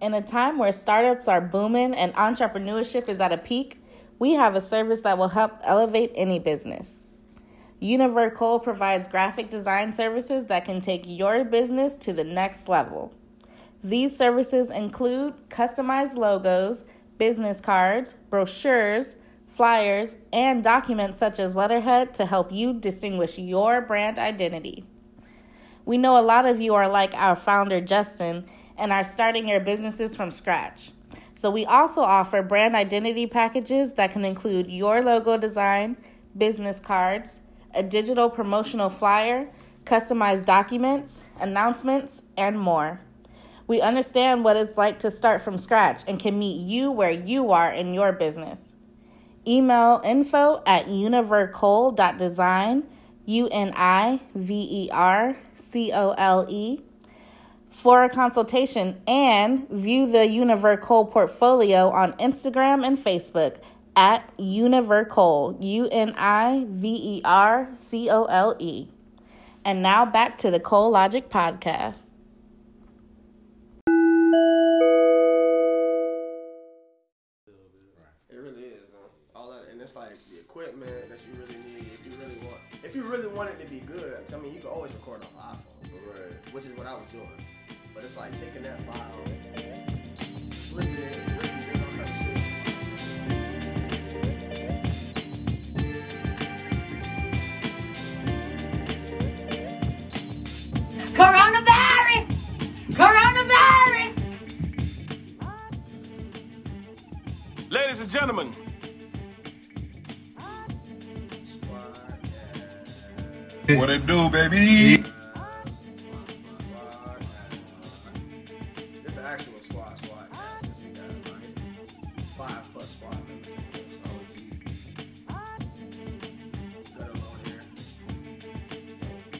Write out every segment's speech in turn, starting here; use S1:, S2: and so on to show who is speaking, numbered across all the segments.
S1: In a time where startups are booming and entrepreneurship is at a peak, we have a service that will help elevate any business. Univercole provides graphic design services that can take your business to the next level. These services include customized logos, business cards, brochures, flyers, and documents such as letterhead to help you distinguish your brand identity. We know a lot of you are like our founder, Justin, and are starting your businesses from scratch. So, we also offer brand identity packages that can include your logo design, business cards, a digital promotional flyer, customized documents, announcements, and more. We understand what it's like to start from scratch and can meet you where you are in your business. Email info at univercole.design, U N I V E R C O L E, for a consultation and view the Univercole portfolio on Instagram and Facebook at Univercole, U N I V E R C O L E. And now back to the Cole Logic podcast.
S2: It really is. though. All that, and it's like the equipment that you really need if you really want. If you really want it to be good, 'cause, I mean, you can always record off iPhone,
S3: Right.
S2: which is what I was doing. But it's like taking that file, flipping it, flipping it, all that shit.
S4: Coronavirus! Coronavirus!
S5: Ladies and gentlemen,
S2: Squad, yeah,
S3: What it do, baby?
S2: squad, yeah. It's an actual squad, squad. yeah, since we got like five plus squad members. in here, so it's Good alone here.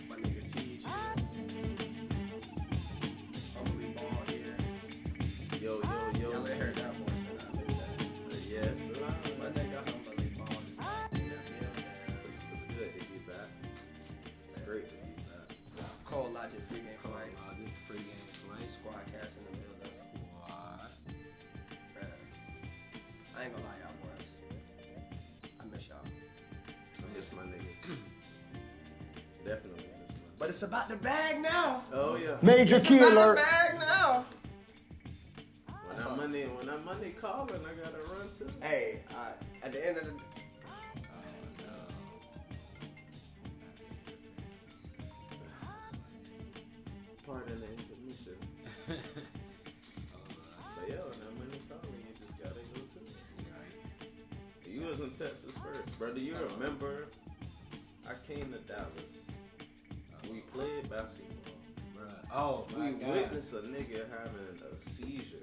S2: My nigga T. Probably ball here.
S3: Yo, yo,
S2: Y'all
S3: yo.
S2: ain't heard that voice. and I made that.
S3: Yes.
S2: My nigga Humbly Ball is
S3: It's, it's good to be back. It's great to be back.
S2: Cold Logic Big Game Fight.
S6: Logic, free game place.
S2: Squad cast in the building.
S6: Why?
S2: Bruh. I ain't gonna lie, y'all boys. I miss y'all.
S3: I miss my niggas. Definitely miss my
S2: But it's about the bag now.
S3: Oh, yeah.
S7: Major
S2: It's
S7: key
S2: about
S7: alert.
S2: the bag now.
S3: When that money, when that money calling, I gotta run to.
S2: Hey, I, at the end of the
S6: Oh, no.
S3: Pardon the intermission. But yeah, when that money calling, you just gotta go to it. You was in Texas first, brother. You
S6: Uh-huh.
S3: remember? I came to Dallas. We played basketball.
S6: Bruh. Oh,
S3: We
S6: my God.
S3: witnessed a nigga having a seizure.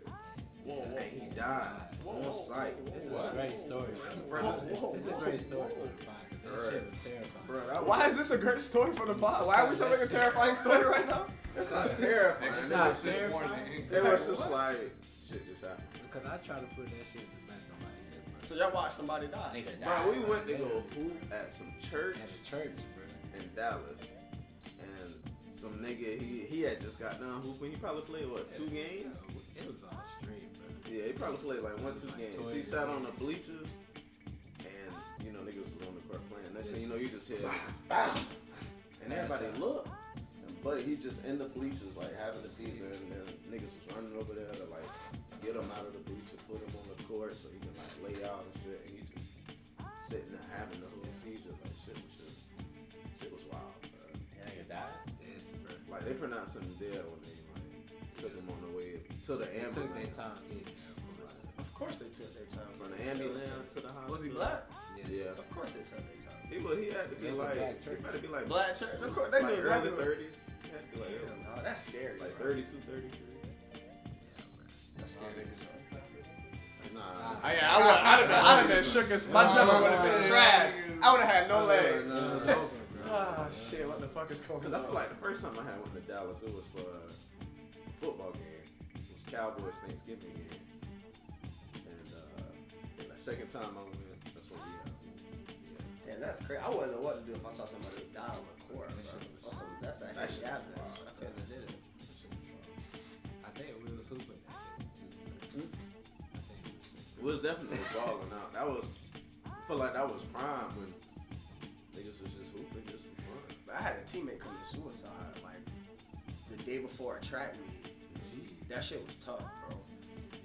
S3: and he died on site.
S6: This is a great story. bro.
S3: Whoa, whoa,
S6: This is a great story for the podcast. This
S3: Bruh.
S6: shit was terrifying.
S3: Bro, that
S2: Why is this a great story for the pod? Why are we telling a terrifying story right now?
S3: That's not terrifying.
S6: It's
S3: It
S6: not
S3: was-
S6: terrifying.
S3: It was just like shit just happened.
S6: Because I try to put that shit in the back of my head, bro.
S2: So y'all watched somebody die.
S6: Nigga died,
S3: Bro, we went to
S6: literally.
S3: go hoop at some church
S6: At the church, bro.
S3: in Dallas, and some nigga he he had just got done hooping. He probably played what two games?
S6: It was on the street, bro.
S3: Yeah, he probably played like one two
S6: Like
S3: games.
S6: twenty.
S3: He sat on the bleachers, and you know niggas was on the court playing. Next thing you know, you just hear, and everybody looked. And- But he just in the bleachers, like having a season, and then niggas was running over there to like get him out of the bleachers, put him on the court so he can like lay out and shit. And he just sitting there having the whole seizure, like shit was just shit was wild. Bro.
S6: Yes, bro.
S3: Like they pronounced him dead when they like took him on the way to the
S6: It
S3: ambulance.
S6: took their time getting there, bro.
S2: Of course they took their time.
S3: From the ambulance to the hospital.
S2: Was he black?
S6: Yes.
S3: Yeah.
S2: Of course they took their time.
S3: He was, he had to be
S6: It's a black
S3: like, he
S6: church.
S3: better be like
S2: Black church? Of course they
S3: like
S2: knew
S3: early
S2: exactly. what-
S3: thirties. He had to be like,
S2: Damn,
S3: early-
S2: dawg, that's scary.
S3: like
S2: bro.
S3: 32, 33.
S2: That's scary. bro.
S3: Like, nah.
S7: Ah,
S2: I, I, would, I'd have been, I'd have been shook as my jumper would have
S7: Uh-huh.
S2: been trash. I would have had no legs.
S3: Nah,
S2: Ah
S3: nah.
S2: shit, what the fuck is going on?
S3: Cause I feel like the first time I had went to Dallas, it was for a football game. It was Cowboys Thanksgiving game. And uh, yeah, the second time I went, that's when we had. Yeah.
S2: Damn, that's crazy. I wouldn't know what to do if I saw somebody die on the court. Bro. Or some, that's that shit happens. I couldn't have did it.
S6: I think we was hooping that day, too.
S3: we was definitely balling out. That was, I feel like that was prime when niggas was just hooping, just for fun.
S2: I had a teammate commit suicide like the day before a track meet. That shit was tough, bro.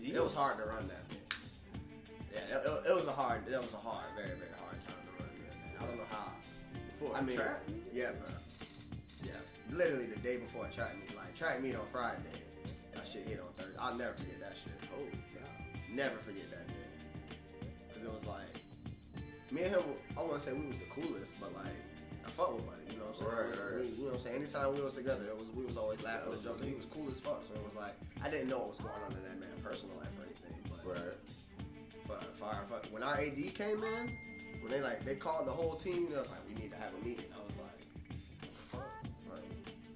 S2: It was hard to run that bit. Yeah, it, it, it was a hard, it was a hard, very, very hard time to run that. Man. I don't know how.
S3: Before
S2: I mean,
S3: track,
S2: yeah, bro. Yeah, literally the day before track meet. Like track meet on Friday. That shit hit on Thursday. I'll never forget that shit.
S3: oh god,
S2: Never forget that day. Cause it was like me and him. I want to say we was the coolest, but like I fuck with buddy. You know what I'm saying?
S3: Right,
S2: We-
S3: right.
S2: we- you know what I'm saying? Anytime we was together, it was we was always laughing and
S3: That was
S2: joking. He was cool as fuck. So it was like I didn't know what was going on in that man's personal life or anything. But
S3: right?
S2: but fire, fuck. When our AD came in, when they like they called the whole team, and I was like, we need to have a meeting. I was like, fuck, like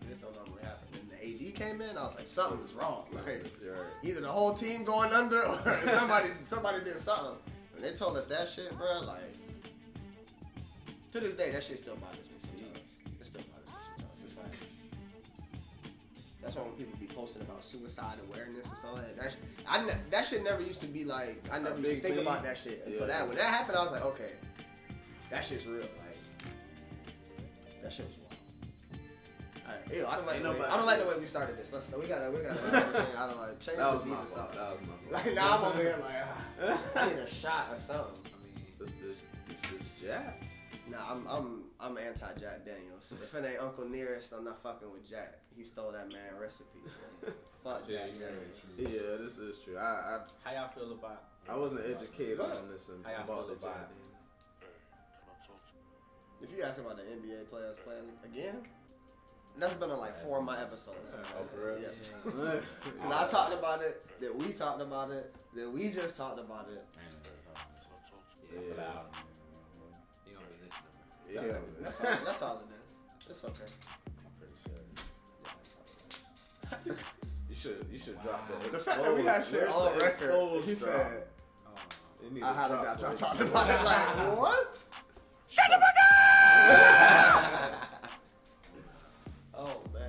S2: this don't normally happen. And the AD came in, I was like, something was wrong. Like,
S3: You're right.
S2: either the whole team going under or somebody somebody did something. When they told us that shit, bro, like to this day, that shit still bothers me sometimes. It still bothers me sometimes. It's like that's why when people be posting about suicide awareness and stuff like that, that, sh- I ne- that shit never used to be like I never used to
S3: big
S2: think
S3: thing?
S2: about that shit until
S3: Yeah.
S2: that when that happened, I was like, okay, that shit's real. Like that shit was wild. I, ew, I don't like
S3: Ain't
S2: the way,
S3: nobody-
S2: I don't like the way we started this. Let's we gotta we gotta change, I don't like change
S3: That
S2: the
S3: was
S2: beat
S3: my
S2: or
S3: fault.
S2: something.
S3: That was my fault.
S2: Like now I'm over here like ah, I need a shot or something.
S6: I mean,
S3: This this this this Jack.
S2: Nah, I'm I'm I'm anti Jack Daniels. If it ain't Uncle Nearest, I'm not fucking with Jack. He stole that man recipe. Fuck
S6: Yeah,
S2: Jack
S6: you're
S2: Daniels.
S6: right.
S3: Yeah, this is true. I
S7: How y'all feel about?
S3: I, I wasn't educated on this and
S7: How y'all
S3: bought
S7: feel
S3: the Jack.
S7: about it?
S2: If you ask about the NBA players playing again, that's been on like four of my episodes.
S3: Oh, for real?
S2: Yes.
S3: Yeah.
S2: Cause I talked about it, then we talked about it, then we just talked about it.
S6: yeah,
S7: Yeah.
S3: Yeah.
S6: you don't
S3: Yeah,
S6: be listening.
S2: That's all, that's all it is. It's okay.
S3: you should you should drop that.
S2: The fact that we had shit
S3: Where's
S2: on
S3: the
S2: record,
S3: exposed
S2: he
S3: drop?
S2: said,
S6: Oh,
S3: It need
S2: I
S3: to
S2: had a
S3: drop
S2: doubt y'all
S3: this.
S2: talked about it. Like, what? Oh man.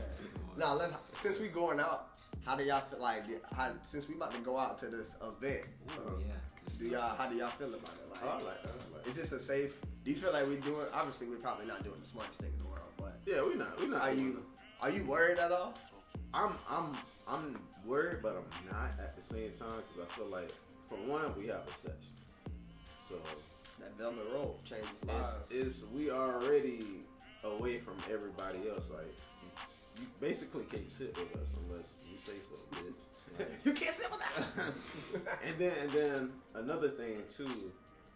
S2: Now let's since we going out, how do y'all feel like how, since we about to go out to this event,
S6: Ooh, Oh, yeah.
S2: do y'all how do y'all feel about it? Like,
S3: I like that. I like that.
S2: is this a safe do you feel like we doing obviously we're probably not doing the smartest thing in the world, but
S3: Yeah, we not we not.
S2: are
S3: doing
S2: you
S3: it.
S2: are you worried at all?
S3: I'm I'm I'm worried, but I'm not at the same time because I feel like for one we have a session, so
S2: That velvet rope changes lives.
S3: it's, it's we already away from everybody else. Like you, you basically can't sit with us unless you say so, bitch. Like,
S2: You can't sit with that.
S3: and then and then another thing too,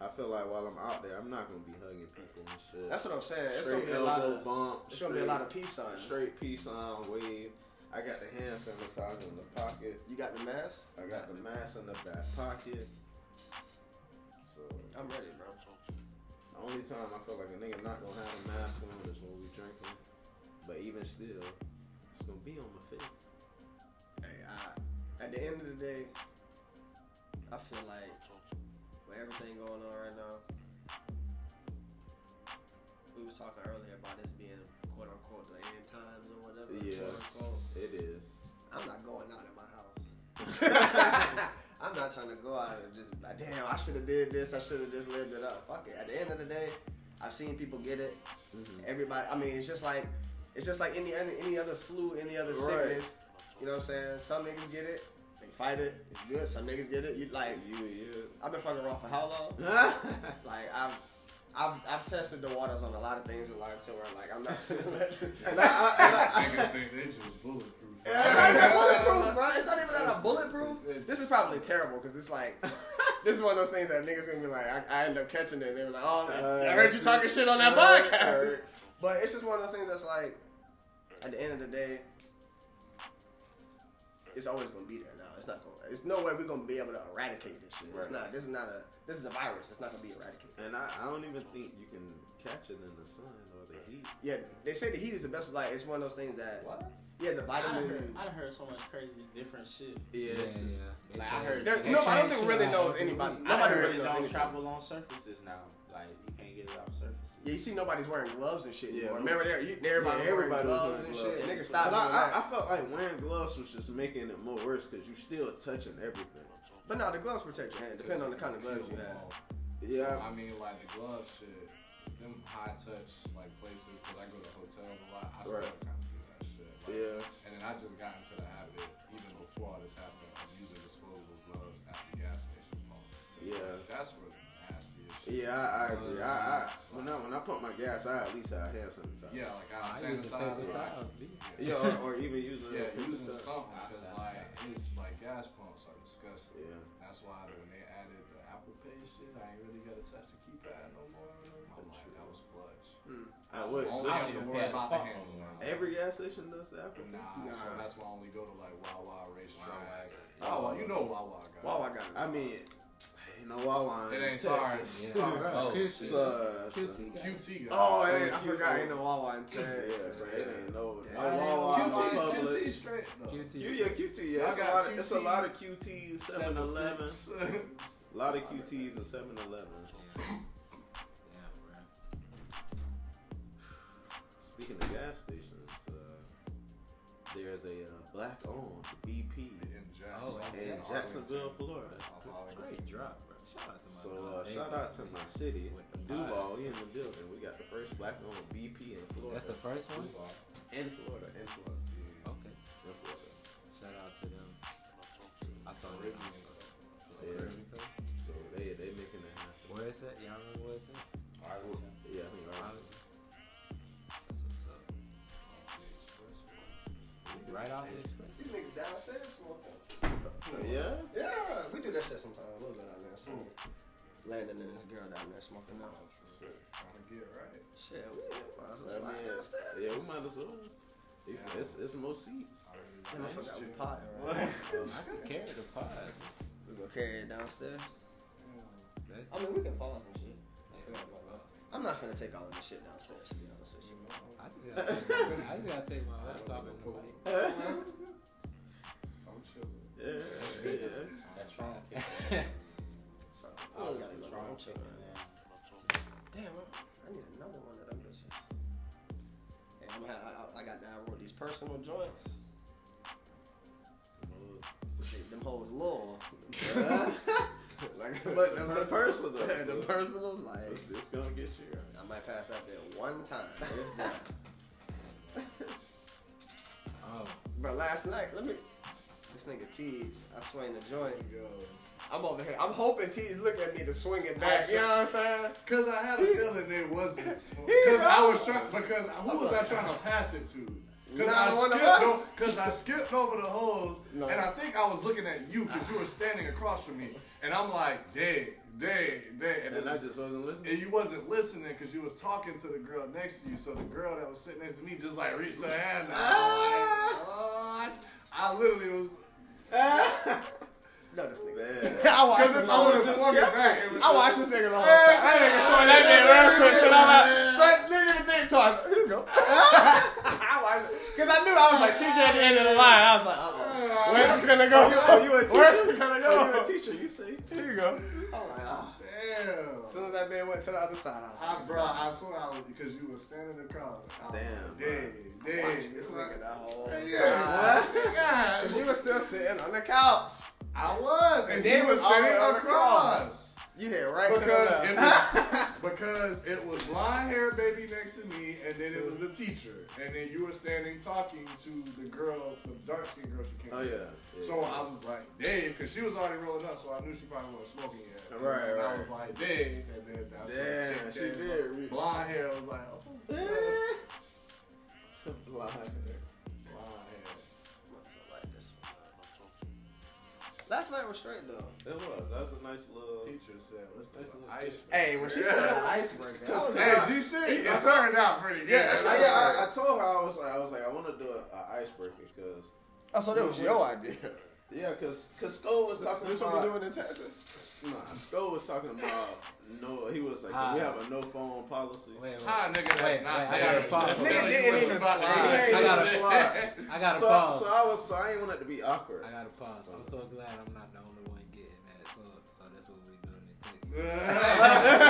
S3: I feel like while I'm out there, I'm not gonna be hugging people and shit.
S2: That's what I'm saying. It's gonna
S3: Straight
S2: be a lot
S3: elbow
S2: of
S3: bump,
S2: it's gonna be a lot of
S3: straight-
S2: peace signs.
S3: straight peace on wave. I got the hand sanitizer in the pocket.
S2: You got the mask?
S3: I got the mask in the back pocket. So
S2: I'm ready, bro.
S3: the only time I feel like a nigga not gonna have a mask on is when we drinking. But even still, it's gonna be on my face.
S2: Hey, I, at the end of the day, I feel like with everything going on right now, we was talking earlier about this being quote unquote the end times or whatever.
S3: Yeah.
S2: quote unquote.
S3: It is.
S2: I'm not going out of my house. I'm not trying to go out and just like, damn, I should have did this, I should have just lived it up. Fuck it. At the end of the day, I've seen people get it.
S3: Mm-hmm.
S2: Everybody, I mean, it's just like it's just like any any, any other flu, any other
S3: Right.
S2: sickness. You know what I'm saying? Some niggas get it, they fight it, it's good. Some niggas get it. You like,
S3: You you.
S2: I've been fucking wrong for how long? Like I've. I've, I've tested the waters on a lot of things in life to where like I'm not gonna let
S3: and I, I, and I,
S6: Niggas think they just bulletproof.
S2: Yeah, it's not even bulletproof, bro. It's not even that I'm bulletproof. This is probably terrible because it's like this is one of those things that niggas gonna be like, I, I end up catching it, and they were like, oh, I- I heard you talking shit on that podcast. But it's just one of those things that's like, at the end of the day, it's always gonna be there. Now it's not going. to It's no way we're gonna be able to eradicate this shit. It's
S3: Right.
S2: not. This is not a. This is a virus. It's not gonna be eradicated.
S3: and I, I don't even think you can catch it in the sun or the heat.
S2: Yeah, they say the heat is the best. Like it's one of those things that.
S7: What?
S2: Yeah, the
S7: I done
S2: vitamin.
S7: heard, I done heard so much crazy different shit.
S3: Yeah, it's just-
S6: They
S7: Like, I
S6: trying-
S7: heard-
S2: There-
S7: They
S2: no, I don't
S7: changed
S2: think
S7: shit
S2: really
S7: all
S2: knows
S7: over the
S2: anybody.
S7: week. I
S2: Nobody
S7: done heard
S2: really
S7: it
S2: knows
S7: don't
S2: anybody.
S7: travel on surfaces now. Like you can't get it off surfaces.
S2: Yeah, you see nobody's wearing gloves and shit
S3: Yeah,
S2: anymore.
S3: no-
S2: Remember there, you, everybody,
S3: Yeah,
S2: everybody
S3: everybody was
S2: gloves
S3: wearing
S2: and
S3: gloves.
S2: shit. Niggas
S3: But
S2: stop
S3: I,
S2: doing
S3: I,
S2: that.
S3: I felt like wearing gloves was just making it more worse because you still touching everything.
S2: But now the gloves protect your hand, depending on the kind of gloves you have.
S3: Yeah.
S6: I mean, like the glove shit, them high touch like places. Cause I go to hotels a lot. I still
S3: Right.
S6: kind of do that shit. Like,
S3: Yeah.
S6: And then I just got into the habit, even before all this happened, of using disposable gloves at the gas station.
S3: Yeah.
S6: That's where the nastiest shit.
S3: Yeah, I, I agree. I, I when I when I pump my gas, I at least have hand sanitizer.
S6: Uh, Yeah, like I
S8: I
S6: was
S8: use the paper
S6: sanitizing. Like,
S8: towels, B.
S3: Yeah, or, or even using
S6: yeah, using
S3: sanitizer.
S6: something because like it's like gas pumps are disgusting.
S3: Yeah.
S6: That's why when they added the Apple Pay shit, I ain't really got to touch the keypad no more. I'm like, that was clutch.
S3: I would.
S6: Only
S8: I
S6: have
S8: don't
S6: to
S8: even
S6: worry
S8: pay
S6: about
S8: the
S6: the
S8: fuck
S6: handle.
S8: no
S6: now.
S3: Every gas station does that.
S6: Nah, so
S2: Nah.
S6: that's why I only go to like Wawa racetrack.
S3: Wawa.
S6: Wawa, you know Wawa, guys.
S2: Wow, I got it.
S3: I mean, you know, Wawa.
S6: It
S3: in
S6: ain't
S3: Texas.
S6: sorry.
S8: Yeah.
S6: Sorry.
S8: Bro,
S3: It's, uh,
S8: QT got it.
S6: QT guys.
S2: Oh, hey, I
S3: Yeah,
S2: forgot.
S3: you-
S2: Ain't no Wawa in
S3: Yeah,
S2: Texas.
S3: bro, it ain't no.
S2: Yeah.
S3: no Wawa,
S8: QT,
S3: no
S6: QT,
S3: Publix.
S6: QT straight. No.
S8: QT.
S3: Q- Yeah, QT.
S6: Y'all
S3: Yeah, it's a
S6: got
S3: lot. Of, it's a
S6: QT.
S3: lot of QTs, 7-Eleven. A lot of QTs and 7-Elevens. Speaking of gas stations, uh, there's a uh, black-owned BP
S6: In
S8: Oh,
S3: in
S8: Jacksonville.
S3: Jacksonville, Florida.
S8: Great drop, bro. Shout out to my
S3: So
S8: dog.
S3: uh,
S8: They-
S3: shout out to my city,
S8: With the
S3: Duval. We in the building. We got the first black-owned BP in Florida.
S8: That's the first one?
S3: in Florida. In Florida.
S8: Okay.
S3: In Florida.
S8: Shout out to them. I saw them.
S3: Yeah. So they they making that happen.
S8: Where is it? Y'all remember where it's at?
S3: Yeah, I
S8: That's
S3: think Arlington.
S8: what's up. Right off the express.
S2: These niggas downstairs smoking.
S3: Yeah.
S2: Yeah, we do that shit sometimes. We'll go down there and smoke. Landon and this girl down there smoking out. Shit, we might as well
S3: I mean,
S2: slide downstairs.
S3: yeah, we might as well. If- It's, it's most seats.
S2: Damn, I forgot we pot, right?
S8: I can carry the pod.
S2: we gonna carry it downstairs. I
S8: That-
S2: mean, we can pause and shit.
S8: yeah, bro.
S2: I'm not finna take all of this shit downstairs, to be honest with you.
S8: I just gotta take my- I just gotta take my laptop and the mic.
S3: yeah,
S6: I'm chilling.
S3: yeah.
S7: That's wrong.
S2: So, I don't gotta go to one chicken, man. Damn, I, I need another one of them bitches. Hey, I'm gonna have, I, I got to have one of these personal joints. Shit, them hoes low. like,
S3: But the personal.
S2: the personals, like,
S3: It's, it's gonna get you. right.
S2: I might pass that bit one time. if that.
S8: Oh,
S2: But last night, let me. This nigga Teebs, I swing the joint. Yo. I'm over here. I'm hoping Teebs look at me to swing it back. You know what I'm saying?
S6: Cause I had a feeling it wasn't. Cause
S2: He
S6: I was trying. Because who was I trying to pass it to? Cause
S2: Not
S6: I,
S2: one of
S6: skipped
S2: us.
S6: o- Cause I skipped over the holes,
S2: No.
S6: and I think I was looking at you because you were standing across from me, and I'm like, dang, dang, dang, and,
S3: And
S6: then,
S3: I just wasn't listening.
S6: and you wasn't listening because you was talking to the girl next to you. So the girl that was sitting next to me just like reached her hand. out.
S2: Ah.
S6: I'm like, "What?" I literally was.
S2: No, this nigga.
S3: Man.
S2: I watched
S6: Cause
S2: him
S6: if I would
S2: all
S6: have
S2: the
S6: swung it back, it was
S2: I watched this nigga the whole time. I nigga swung that bitch real quick till I like, straight nigga the dick talk. Here you go. I watched it. Cause I knew I was like TJ at the end of the line. I was like, uh-oh. Where's this gonna go?
S3: Oh, you a teacher?
S2: Where's this gonna
S3: Oh, you a
S2: go?
S3: teacher? You see?
S2: Here you go. I was like, ah.
S6: Damn.
S2: As soon as that man went to the other side, I
S6: I,
S2: was like,
S6: bro, I swear I was because you were standing across.
S3: Damn,
S6: Dead,
S2: watch
S6: dead.
S2: this
S6: It's
S2: nigga
S6: like,
S2: the whole
S6: yeah,
S2: time.
S6: God.
S2: Cause you was still sitting on the couch.
S6: I was, and
S2: And
S6: he
S2: then
S6: was
S2: all the
S6: sitting
S2: other
S6: across.
S2: You hit right
S6: Because
S2: to the
S6: if
S2: left.
S6: Because it was blonde hair baby next to me, and then it was the teacher, and then you were standing talking to the girl, the dark skinned girl she came.
S3: Oh yeah.
S6: with.
S3: yeah.
S6: So I was like, Dave, because she was already rolling up, so I knew she probably wasn't smoking yet.
S3: Right,
S6: and I
S3: right.
S6: was like, Dave, and then that's when
S3: Damn,
S6: the chick
S3: she
S6: came up.
S3: did reach.
S6: Blonde hair, I was like, oh, blonde
S3: Blind.
S6: hair.
S2: Last night was straight though.
S3: It was. That's a nice little.
S6: Teacher said, "What's
S3: That's
S6: the
S3: legit.
S6: ice?"
S2: Hey, when she said the icebreaker, I was
S6: Hey,
S2: like,
S6: did you see? It turned out pretty good.
S2: Yeah, that's
S3: I,
S2: how
S6: That's
S2: y'all-
S3: yeah, I, I told her I was like I was like I want to do an icebreaker because
S2: oh, so that was your idea.
S3: yeah because because Sko was talking
S2: This
S3: about
S2: what we doing in Texas.
S3: Nah, Sko was talking about no. He was like,
S8: Ah.
S3: we have a no phone policy.
S8: wait, wait.
S6: How a nigga that's
S8: Wait,
S6: not
S8: wait, I gotta
S6: there.
S8: pause.
S6: Tell
S2: Nigga
S6: you
S2: didn't
S6: what
S2: even
S6: you about to
S2: slide.
S6: do.
S3: He
S8: I gotta
S3: didn't
S8: pause. I gotta
S3: So,
S8: pause.
S3: so I was so I didn't want it to be awkward.
S8: I gotta pause. I'm so glad I'm not the only one getting that. So, so that's what we're doing in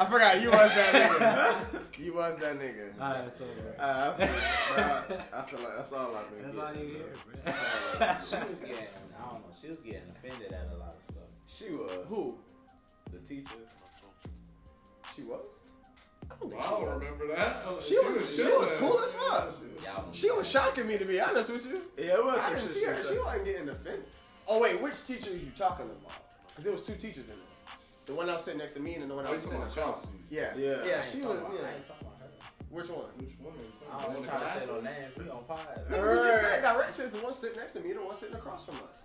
S2: I forgot you was that nigga. You was that nigga.
S8: Alright, so bro.
S3: I, feel, bro, I, I feel like that's all I've been
S8: That's
S3: getting,
S8: all you hear,
S3: bro.
S8: bro.
S7: She was getting, I don't know, she was getting offended at a lot of stuff.
S3: She was
S2: Who?
S7: The teacher,
S2: She was? I don't think
S6: I
S2: she
S6: don't
S2: was.
S6: remember that.
S2: She was- she was
S6: chilling.
S2: cool as fuck.
S7: y'all. don't-
S2: She was shocking me to be honest with you.
S3: Yeah, it was.
S2: I
S3: some
S2: didn't
S3: shit
S2: see her.
S3: was
S2: She
S3: like-
S2: wasn't getting offended. Oh wait, which teacher are you talking about? Because there was two teachers in there. The one that was sitting next to me and the one that
S6: Oh,
S2: was
S6: you
S2: sitting
S6: talking
S2: across.
S6: about Chelsea.
S2: Yeah,
S3: Yeah. I
S2: yeah.
S7: I ain't
S2: She
S7: talking
S2: was.
S7: about-
S2: Yeah.
S7: I ain't talking about her.
S2: Which one?
S6: Which one? are you talking
S7: I don't
S6: about?
S7: try to say no
S6: Glasses?
S7: names. We on pod.
S2: Nigga, we just said directions. The one sitting next to me and the one sitting across from us.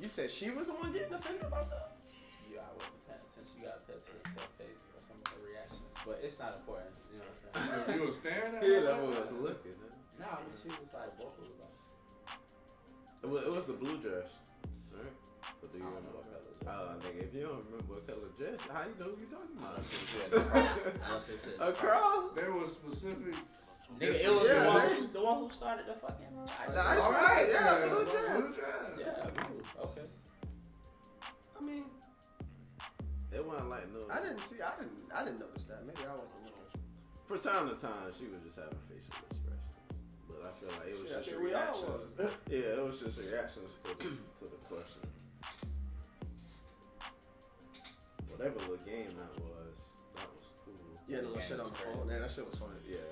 S2: You said she was the one getting offended by stuff.
S7: Yeah, I wasn't paying attention. You gotta pay attention to her face or some of her reactions, but it's not important. You know what I'm saying?
S6: You were staring at
S3: Yeah, that
S6: her?
S3: was looking. huh?
S7: no, I mean she was like vocal about. it.
S3: It was, it was the blue dress. Right? But do you
S7: I don't
S3: remember?
S7: know what color. it was.
S3: Uh, nigga, if you don't remember what color dress, how you know what you talking
S7: I
S3: about?
S7: don't know she was doing the cross. I know she was doing the
S3: A cross?
S6: There was specific.
S7: Nigga, it was
S3: Yeah,
S7: the, one
S3: man.
S7: who, the one who started the fucking.
S3: Nah, I- All right, yeah, blue dress.
S6: Blue dress.
S7: yeah, ooh, okay.
S2: I mean,
S3: It wasn't like no.
S2: I didn't see. I didn't. I didn't notice that. Maybe I wasn't looking.
S3: From time to time, she was just having facial expressions, but I feel like it was
S2: Shit, I
S3: just
S2: think we all
S3: reactions.
S2: was.
S3: Yeah, it was just reactions to the, to the question. Whatever the game that was, that was cool.
S2: Yeah, the little
S7: Yeah,
S2: shit on the
S7: that's
S2: phone. Man, that shit was funny.
S3: Yeah.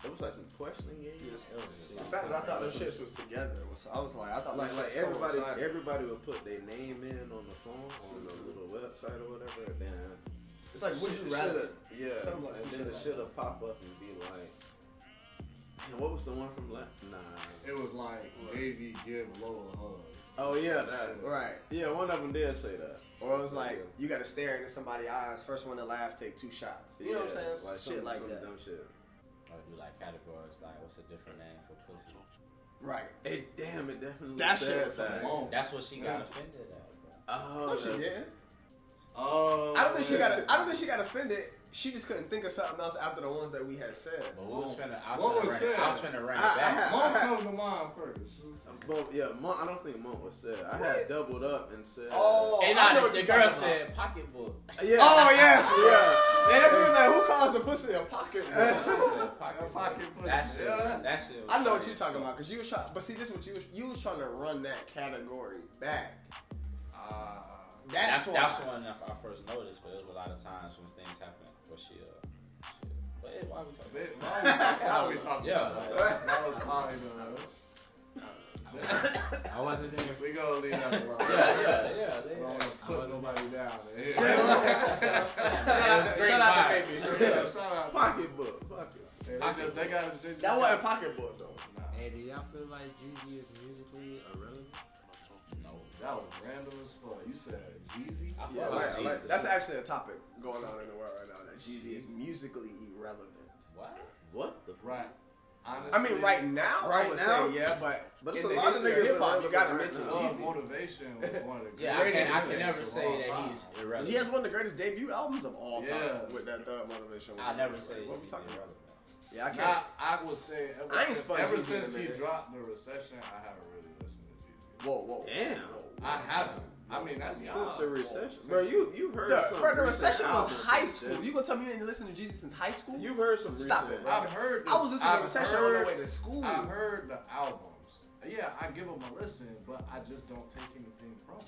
S3: It was like some questioning games.
S2: Yes. The fact that I thought those shits was together was. I was like, I thought
S3: Like
S2: those
S3: like
S2: shits
S3: everybody
S2: coincided.
S3: everybody would put their name in on the phone on the little website or whatever, and then
S2: It's like, would
S3: Shit-
S2: you rather?
S3: should've- Yeah.
S2: Something like-
S3: and
S2: some shit
S3: then it
S2: like
S3: should have
S2: that.
S3: pop up and be like, man, what was the one from last? Nah.
S6: It was like, baby, give Lola a hug.
S3: Oh yeah, that.
S2: Right.
S3: Yeah, one of them did say that.
S2: Or it was like, you gotta stare into somebody's eyes. First one to laugh, take two shots. You know what I'm
S3: Yeah,
S2: saying? shit
S3: some-
S2: like
S3: some
S2: that.
S3: Dumb shit.
S7: Or do like categories like what's a different name for pussy?
S2: Right.
S3: It damn, it definitely.
S2: That shit
S3: said
S2: was
S3: that.
S2: hilarious.
S6: Oh,
S7: That's what she got
S6: Yeah.
S7: offended at. Bro.
S3: Oh,
S2: No, she
S3: that's-
S2: didn't.
S6: Oh,
S2: I don't think she
S6: that's-
S2: got. I don't think she got offended. She just couldn't think of something else after the ones that we had said.
S7: But we was finna, I was
S6: What
S7: finna
S6: was
S7: run it, I was
S6: said?
S7: finna run it
S3: I- I
S7: back.
S3: had-
S6: Monk comes to mind first.
S3: But yeah, Monk, I don't think Monk was said. I
S2: What?
S3: had doubled up and said.
S2: Oh,
S7: and
S2: I
S7: I
S2: know what
S7: the
S2: you're
S7: girl
S2: talking about.
S7: said pocketbook.
S3: yeah.
S2: Oh yes,
S3: yeah.
S2: yeah. That's what it's like. Who calls a pussy a pocket? bro?
S6: That pocket pussy.
S7: That shit,
S6: Yeah.
S7: that shit. was
S2: I know what
S7: funny
S2: you're
S7: as
S2: talking
S7: fuck.
S2: about, cause you was trying. But see, this what you was, you was trying to run that category back.
S6: Ah.
S2: That's,
S7: That's,
S2: why.
S7: that's one that I first noticed, but it was a lot of times when things happen where she, uh, she but hey, why we talking
S6: That- Why we talking
S7: Yeah.
S6: about that? That was high, though.
S8: I wasn't there.
S6: We gonna leave that alone.
S7: Yeah, yeah, yeah.
S6: We
S7: they-
S6: don't wanna put nobody down. in here.
S7: That's what I'm saying.
S2: Shout
S7: It
S2: out
S7: was
S2: to-
S7: great
S2: shout out to
S7: vibes.
S2: baby.
S6: Yeah, shout out.
S3: Pocketbook. Pocket.
S6: Hey, they just- they got it- they just
S2: That
S6: got-
S2: wasn't pocketbook though.
S8: Hey, do y'all feel like Jeezy is musically irrelevant?
S7: No.
S6: That was random as fuck. You said Jeezy?
S7: I
S2: Yeah,
S7: fuck
S2: like-
S7: with
S2: like,
S7: Jesus.
S2: that's actually a topic going on in the world right now. That Jeezy is musically irrelevant.
S7: What?
S3: What the?
S6: Right. Honestly,
S2: I mean, right now, I
S3: Right
S2: would
S3: now?
S2: say yeah, but,
S3: But it's
S2: in
S3: a
S2: the
S3: lot of
S2: history of
S3: niggas
S2: hip hop, you
S3: irrelevant
S2: gotta
S3: right
S2: mention
S3: now.
S6: Love
S2: Jeezy.
S6: Motivation was one of the
S7: Yeah, I
S2: Greatest
S7: can, I can
S2: thing
S7: never
S6: of
S7: say
S6: all
S7: that
S6: time.
S7: he's irrelevant.
S2: He has one of the greatest debut albums of all time
S6: Yeah.
S2: with that thug motivation.
S7: I never say
S2: What we
S7: he's
S2: talking about?
S7: irrelevant.
S2: Yeah, I can't.
S6: Nah, I would say ever
S2: I ain't
S6: since,
S2: spun Jeezy
S6: ever
S2: in a
S6: since he
S2: minute.
S6: dropped the recession, I haven't really listened to Jeezy.
S2: Whoa, whoa.
S3: Damn.
S2: whoa.
S6: I haven't. I mean, that's
S3: Since the
S6: y'all.
S3: recession, bro, you you heard
S2: The,
S3: some.
S2: bro, the
S3: recent
S2: recession was
S3: albums.
S2: high school. You gonna tell me you didn't listen to Jeezy since high school?
S3: You've heard some.
S2: Stop
S3: recent-
S2: it, bro.
S6: I've heard. The,
S2: I was listening
S6: I've
S2: to recession
S6: heard,
S2: on the way to school.
S6: I heard the albums. Yeah, I give them a listen, but I just don't take anything from them.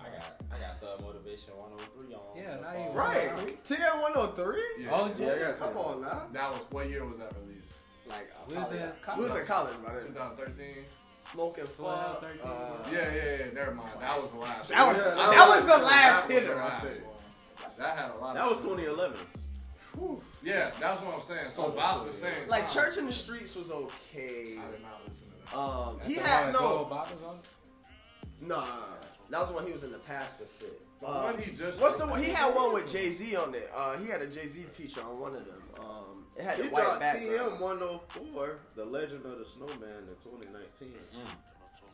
S7: I got, I got Thug Motivation 103 on.
S8: Yeah,
S7: the
S8: not even-
S7: phone.
S2: Right. TL 103?
S6: Yeah.
S8: Oh,
S3: Yeah, I got
S2: Come
S3: some.
S2: on now.
S6: That was what year was that released?
S2: Like,
S8: We
S2: I
S8: was
S2: probably-
S8: in college.
S2: we was in college, by then.
S6: 2013.
S2: Smoking fuck.
S8: Twelve, thirteen,
S2: uh,
S8: whatever.
S6: Yeah, yeah, yeah. Never mind. That was the last.
S2: That was-
S6: one.
S2: that was the last
S6: that was the
S2: hitter, I
S6: last
S2: think.
S6: one. That had a lot.
S3: That
S6: of
S3: was
S6: shit.
S3: 2011.
S2: whew.
S6: Yeah, that's what I'm saying.
S2: Oh,
S6: So about the same.
S2: Like,
S6: time.
S2: Church in the Streets was okay.
S6: I did not listen to that.
S2: Um, he
S8: That's
S2: had
S8: the one
S2: no.
S8: with gold boppers on it?
S2: Nah. That was the one he was in the pastor fit.
S6: The
S2: Uh,
S6: one he just.
S2: What's the one? He had one with Jay Z on it. Uh, he had a Jay Z feature on one of them. Um, it had
S3: He
S2: the white
S3: dropped TM
S2: background.
S3: 104, The Legend of the Snowman, in 2019.
S2: Mm,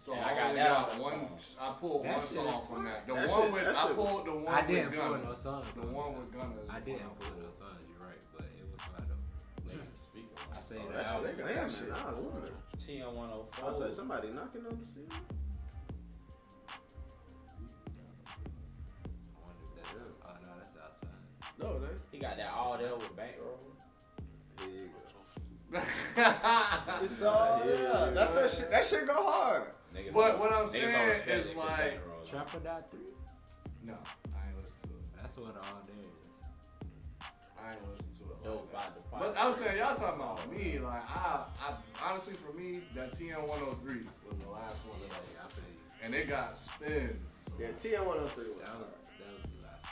S6: So
S7: Yeah, I
S6: I
S7: got
S6: got
S7: that
S6: got
S7: on the
S6: one.
S7: phone.
S6: I pulled
S8: That
S6: one
S8: shit
S6: song
S8: is
S6: from that. The
S3: That
S6: one
S3: shit-
S6: with
S3: that
S6: I
S3: shit-
S6: pulled the one
S8: I didn't
S6: with
S8: pull
S6: Gunna.
S8: no songs.
S6: The
S8: on
S6: one
S8: it.
S6: with Gunna. is
S8: I
S6: the
S8: didn't
S6: one
S8: pull no
S6: pulled.
S8: songs. You're right, but it was one of those.
S7: Make it speak.
S8: I say
S3: Oh,
S8: that.
S3: that
S8: album.
S3: shit, damn, man, I was wondering.
S7: TM
S3: I was like,
S7: 104.
S3: somebody knocking on the ceiling.
S8: Oh,
S7: You got that all there with bankroll.
S3: Here you go.
S2: It's all
S3: Yeah, yeah,
S2: yeah. That's
S6: yeah.
S2: that shit. That shit go hard.
S7: Niggas
S6: But
S7: always-
S6: what I'm
S7: niggas always
S6: saying
S7: fed
S6: is
S7: niggas
S6: like-
S7: bankroll.
S8: Trapper Dot 3?
S6: no, I ain't listen to it.
S8: That's what all day is.
S6: I ain't listen to it.
S7: Dope by the
S6: But I'm saying y'all talking about me, like I, I honestly for me that TN 103 was the last one that I
S8: I feel
S6: listened
S8: you.
S6: to. and it got spin.
S3: Yeah, TN 103 was
S8: That
S3: hard.
S8: was, that was the last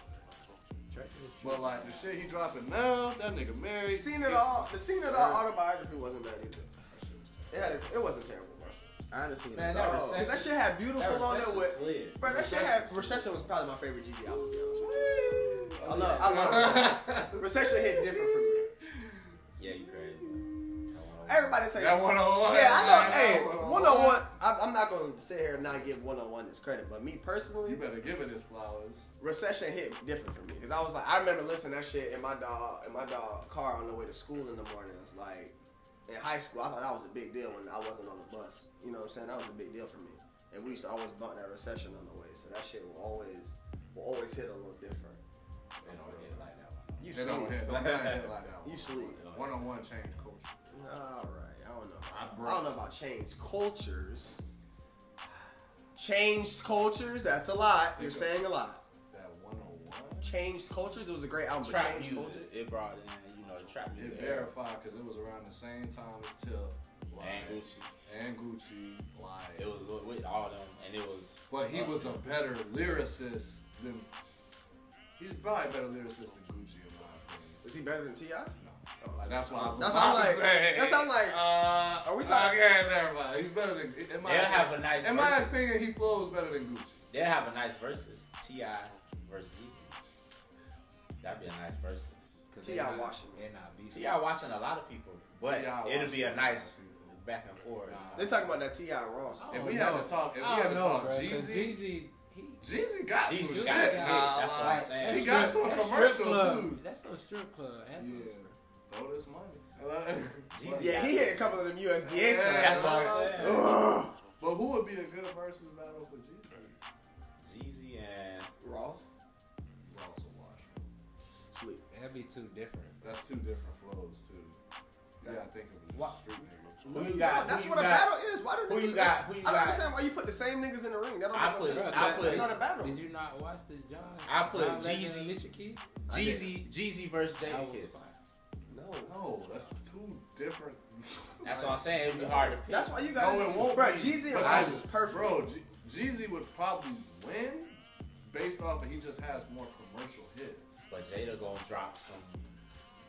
S8: one. Trapper is
S6: But like the shit he dropping now, that nigga married.
S2: The scene at all. The scene at all autobiography wasn't bad either. It had. A, it wasn't terrible, bro.
S3: Honestly,
S7: Man,
S3: no.
S7: that
S2: Cause
S7: recession.
S2: that shit had
S7: That
S2: beautiful on it
S7: recession
S2: with.
S7: slid.
S2: Bro, that shit had. Recession was probably my favorite GD album. to be honest with you. I love. I love. Recession.
S6: that
S2: Recession hit different for me.
S7: Yeah, you crazy.
S2: Everybody say.
S6: 101.
S2: Yeah, I know.
S6: That oh
S2: Hey, 101. I'm- I'm not gonna sit here and not give 101 its credit, but me personally,
S6: You better give it his flowers.
S2: recession hit different for me because I was like, I remember listening to that shit in my dog in my dog car on the way to school in the mornings. Like in high school, I thought that was a big deal when I wasn't on the bus. You know what I'm saying? That was a big deal for me. And we used to always bump that recession on the way, so that shit will always will always hit a little different.
S7: They don't hit like that one.
S2: You
S6: It don't
S2: sleep.
S6: hit. Don't hit like that one.
S2: You sleep.
S6: One on one change culture.
S2: All right. I don't know.
S6: I
S2: about- I,
S6: broke.
S2: don't know about changed cultures. Changed cultures. That's a lot. You're
S6: There you go.
S2: saying a lot.
S6: That 101.
S2: Changed cultures. It was a great album. but
S7: Trap
S2: changed
S7: music.
S2: cultures.
S7: It brought in, you know, the trap music.
S6: It verified because it was around the same time as Tip. Like,
S7: And Gucci.
S6: and Gucci. Like,
S7: It was with- with all them, and it was.
S6: But he was a better lyricist than. He's probably a better lyricist than Gucci in my opinion.
S2: Is he better than Ti?
S6: No, like, that's why.
S2: That's what I'm like-
S6: saying.
S2: that's what I'm like,
S6: Uh,
S2: are we talking-
S6: Okay, never mind. He's better than. In my,
S7: They'll have a nice.
S6: in my
S7: versus.
S6: opinion, he flows better than Gucci.
S7: They'll have a nice versus. Ti versus. Yeezy. That'd be a nice versus.
S2: T.I. Washington.
S8: They're not beefing.
S7: Ti watching a lot of people, but
S6: T.I.
S7: it'll be a
S6: Washington.
S7: nice back and forth.
S6: Nah.
S2: They talking about that Ti Ross.
S6: If
S8: don't
S6: we had
S8: know.
S6: to talk, if we
S8: Oh, I
S6: had
S8: don't
S6: to
S8: know,
S6: talk,
S8: bro, 'cause
S6: Jeezy.
S8: Jeezy, he,
S6: Jeezy got some
S7: Jeezy
S6: shit.
S7: got hit.
S6: Nah,
S7: That's what
S6: like,
S7: I'm saying.
S6: he got some
S8: that's
S6: commercial,
S8: strip club.
S6: too.
S8: That's some strip club anthems,
S6: Yeah.
S8: bro.
S6: throw this money.
S7: Jeezy
S2: Yeah, he hit a couple of them USDA.
S6: Yeah,
S7: That's what
S2: tracks.
S7: I'm saying.
S2: Ugh.
S6: But who would be a good versus battle for Jeezy?
S7: Jeezy and
S2: Ross,
S6: Ross or Washington.
S2: sleep.
S8: That'd be too different.
S6: That's two different flows too. You gotta think of it
S2: Wha-
S6: as a street nigga.
S7: who you got?
S2: That's
S7: who you
S2: what a
S7: got?
S2: battle is. Why do
S7: Who
S2: niggas?
S7: you got? Who you
S2: I don't
S7: got?
S2: understand why you put the same niggas in the ring. That don't
S7: I
S2: make no
S7: put-
S2: sense.
S7: I
S2: That-
S7: put-
S2: That's not a battle.
S8: Did you not watch this, John?
S7: I put
S8: John Legend
S7: Jeezy-
S8: and Alicia Keys.
S2: I did.
S7: Jeezy, Jeezy versus
S8: That
S7: Jada
S8: was
S7: Kiss.
S8: fire.
S2: No.
S6: No, that's two different.
S7: That's what I'm saying. It'd be hard to pick.
S2: That's why you got.
S6: No, it won't.
S2: Bro,
S6: be,
S2: Jeezy and
S6: but
S2: Ross
S6: I-
S2: is perfect.
S6: Bro, G- Jeezy would probably win based off of he just has more commercial hits.
S7: But Jada gonna drop some.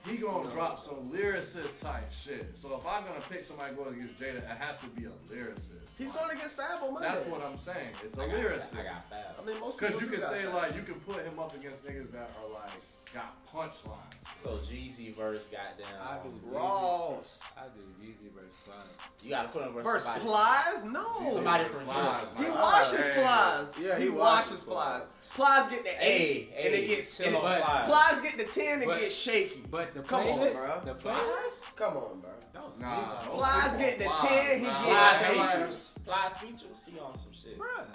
S6: He gonna
S2: No.
S6: drop some lyricist type shit. So if I'm gonna pick somebody going against Jada, it has to be a lyricist.
S2: He's going against Fab on Monday.
S6: That's what I'm saying. It's a
S7: I got,
S6: lyricist.
S7: I got Fab.
S2: I mean, most people.
S6: Because you
S2: do
S6: can
S2: got
S6: say
S2: Fab.
S6: like you can put him up against niggas that are like got punchlines.
S7: So Jeezy versus
S8: I
S7: goddamn.
S8: do.
S2: Ross
S8: I do Jeezy versus Fly.
S7: You gotta put him versus,
S2: versus
S7: somebody.
S2: Plies. No.
S7: Somebody from
S6: Plies.
S7: Houston.
S2: He
S6: Oh,
S2: washes
S6: man.
S2: Plies.
S3: Yeah, he
S2: he
S3: washes
S2: washes Plies. Plies get the
S7: Hey,
S2: eight, and
S7: hey,
S2: it gets
S7: chill
S2: and it-
S7: on Plies.
S2: Plies get the ten and
S8: But-
S2: get shaky.
S8: But the
S2: Come on,
S8: playlist,
S2: bruh.
S8: the playlist,
S2: Come on, bro.
S8: don't sleep
S6: Nah,
S8: on
S6: don't
S8: it.
S2: Flies
S6: sleep
S2: get
S6: on
S2: the
S6: Flies.
S2: 10, he get
S6: Nah, Flies
S2: paid.
S6: ain't-
S7: features. Flies features. He on some shit.
S8: Bruh.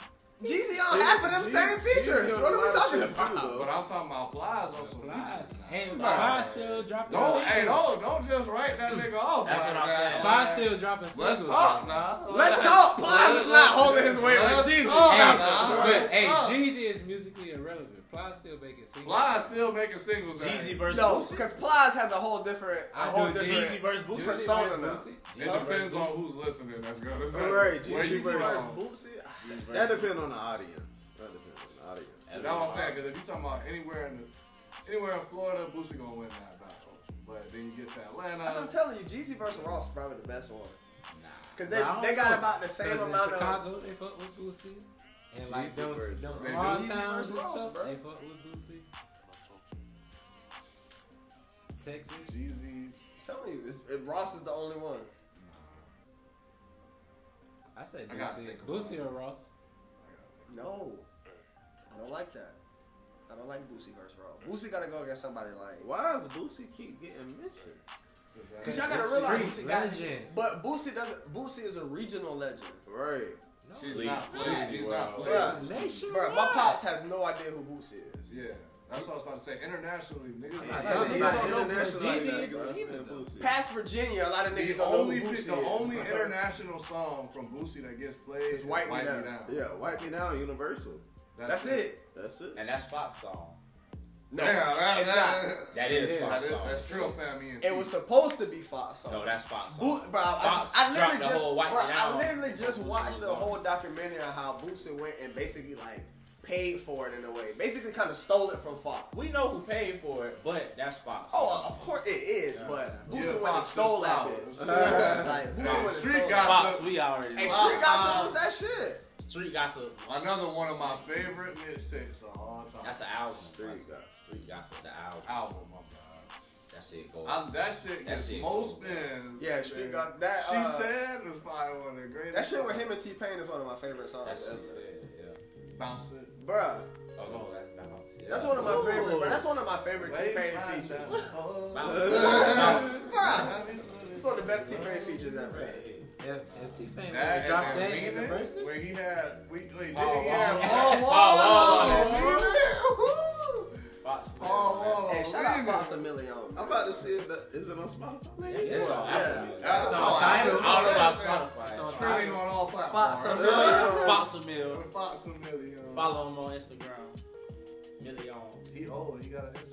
S2: Jeezy on half of them same features. What are we talking about?
S6: But I'm talking about Plies on some
S8: Fly.
S6: features. now.
S8: And
S2: Nah.
S8: Fly still dropping
S6: Don't hey
S8: singles.
S6: don't don't just write that nigga off.
S7: That's
S6: like
S7: what I'm
S6: that.
S7: saying.
S8: Fly still dropping singles.
S6: Let's talk
S8: bruh.
S6: now.
S2: Let's talk. Plies is not holding his weight
S6: Let's
S2: with Jesus.
S6: talk.
S8: Hey,
S6: Nah,
S8: but,
S6: let's
S8: hey,
S6: talk.
S8: Jeezy is musically irrelevant. Fly still making singles.
S6: Plies still making singles. out
S7: Jeezy
S6: here.
S7: versus
S2: No,
S7: Boosie.
S2: because Plies has a whole different, a
S8: I
S2: whole
S8: do
S2: different.
S7: Jeezy versus
S8: Jeezy
S7: Boosie.
S2: Jeezy- persona
S8: versus
S2: now.
S8: Boosie?
S6: It
S7: Jeezy versus
S6: depends on
S7: Boosie.
S6: who's listening. That's gonna say
S3: Right,
S6: where
S3: Jeezy
S6: you
S3: versus
S6: from.
S3: Boosie.
S2: Boosie.
S7: Jeezy versus
S3: That depends on the audience. That depends on the audience.
S7: And
S6: That's what I'm saying. Because if you're talking about anywhere in the, anywhere in Florida, Boosie gonna win that battle. But then you get to
S2: That's what I'm
S6: Atlanta.
S2: telling you. Jeezy versus Ross probably the best one.
S7: Nah.
S2: Because
S8: But I don't
S2: they, they got
S8: know.
S2: about the same
S8: Because in
S2: amount of.
S8: Chicago, they fuck with Boosie. And like
S3: Jeezy
S8: those,
S3: versus
S8: those
S6: Ross.
S8: small
S2: Jeezy
S8: towns
S2: versus
S8: and
S2: Ross,
S8: stuff,
S2: bruh.
S8: they fuck with Boosie. Texas.
S6: Jeezy.
S2: I'm telling you, it's, it, Ross is the only one.
S8: I said
S6: I gotta
S8: Boosie.
S6: think about
S8: Boosie or Ross?
S2: No, I don't like that. I don't like Boosie versus Ross. Boosie gotta go against somebody like.
S3: Why does Boosie keep getting mentioned?
S2: Cause y'all gotta realize,
S8: Street legend.
S2: but Boosie doesn't. Boosie is a regional legend.
S3: Right.
S8: No,
S6: He's
S8: he's not.
S6: not playing. He's not
S7: Bruh.
S6: playing.
S8: They sure
S2: Bro, my
S8: not.
S2: pops has no idea who Boosie is.
S6: Yeah. That's what I was about to say. Internationally, niggas.
S3: Yeah,
S6: like,
S3: yeah,
S6: niggas
S3: yeah,
S6: don't know
S3: international like
S7: Jeezy
S3: that,
S7: is
S3: bro.
S7: even,
S3: That
S7: though.
S3: bullshit.
S2: Past Virginia, a lot of niggas
S6: The
S2: don't
S6: only,
S2: know who
S6: the
S2: Boosie is.
S6: only international song from Boosie that gets played
S2: It's
S6: is
S2: Wipe Me Down.
S3: Yeah, Wipe Me Down, Universal.
S2: That's it.
S3: That's it.
S7: And that's Fox song.
S2: No,
S6: yeah, that,
S2: it's
S6: that,
S2: not.
S7: That is
S3: Yeah,
S7: Fox
S6: that-
S7: song.
S6: that's Trill Family. and
S2: It
S6: T.
S2: was supposed to be Fox song.
S7: no, that's Fox song.
S2: Bo- bro, I,
S7: Fox
S2: just, I literally
S7: dropped the
S2: just,
S7: whole Wipe Me
S2: bro, I
S7: Down.
S2: literally just
S7: Boosie
S2: watched the
S7: song.
S2: whole documentary on how Boosie went and basically like paid for it in a way, basically kind of stole it from Fox.
S7: We know who paid for it, but that's Fox.
S2: Oh, of course it is, but
S6: Yeah,
S2: Boosie went and
S6: Fox
S2: stole
S6: is
S2: that
S6: Fox.
S2: bitch.
S6: Yeah.
S2: like
S6: Nah,
S2: Boosie went and
S6: Street
S2: stole
S6: Gossip.
S2: that.
S7: Fox, we already
S2: Hey,
S7: know.
S2: Street
S6: Wow.
S2: Gossip was that shit.
S7: Street Gossip.
S6: Another one of my favorite mixtapes of all time.
S7: That's an album.
S3: Street Gossip.
S7: Street Gossip, the album.
S6: album. My
S7: That shit goes.
S6: God. I, that shit
S7: That
S6: gets
S7: shit
S6: most
S7: goes.
S6: spins.
S2: Yeah, Street Gossip. That
S6: She
S2: uh,
S6: said was probably one of the greatest.
S2: that shit with
S6: songs.
S2: him and T Pain is one of my favorite
S7: that
S2: songs
S7: shit
S2: ever.
S7: said, yeah.
S6: Bounce it.
S2: Bruh,
S7: Oh, no, that's Bounce. Yeah.
S2: that's one of my
S3: Ooh.
S2: favorite. Bro, that's one of my favorite T
S6: Lay my
S2: Pain features.
S6: down.
S7: Bounce.
S2: It's one of the best T Pain features ever.
S8: If, if T-Pain would
S6: That
S8: have dropped
S6: and
S8: that
S6: then
S8: in the
S6: Lean
S8: verses,
S6: It, when he had, we, wait, didn't he
S2: Oh,
S7: Paul
S6: have
S7: Wall.
S6: Paul
S7: Paul
S6: Wall?
S7: Wall.
S6: Woo!
S7: Fox.
S6: Paul Wall.
S2: Hey, shout out
S6: Lean It.
S2: Fox a million. man.
S3: I'm about to see if that is it on Spotify.
S7: Yeah, it's on Apple
S2: Yeah.
S7: Music.
S6: That's
S7: It's on
S6: all
S7: Apple.
S6: I
S7: It's all about
S6: know.
S7: Spotify.
S8: It's
S6: Streaming on all
S2: oh. Fox a
S6: platforms.
S2: million.
S7: Fox a Mill.
S6: Fox a million.
S7: Follow him on Instagram. Million.
S6: He old. He got an Instagram.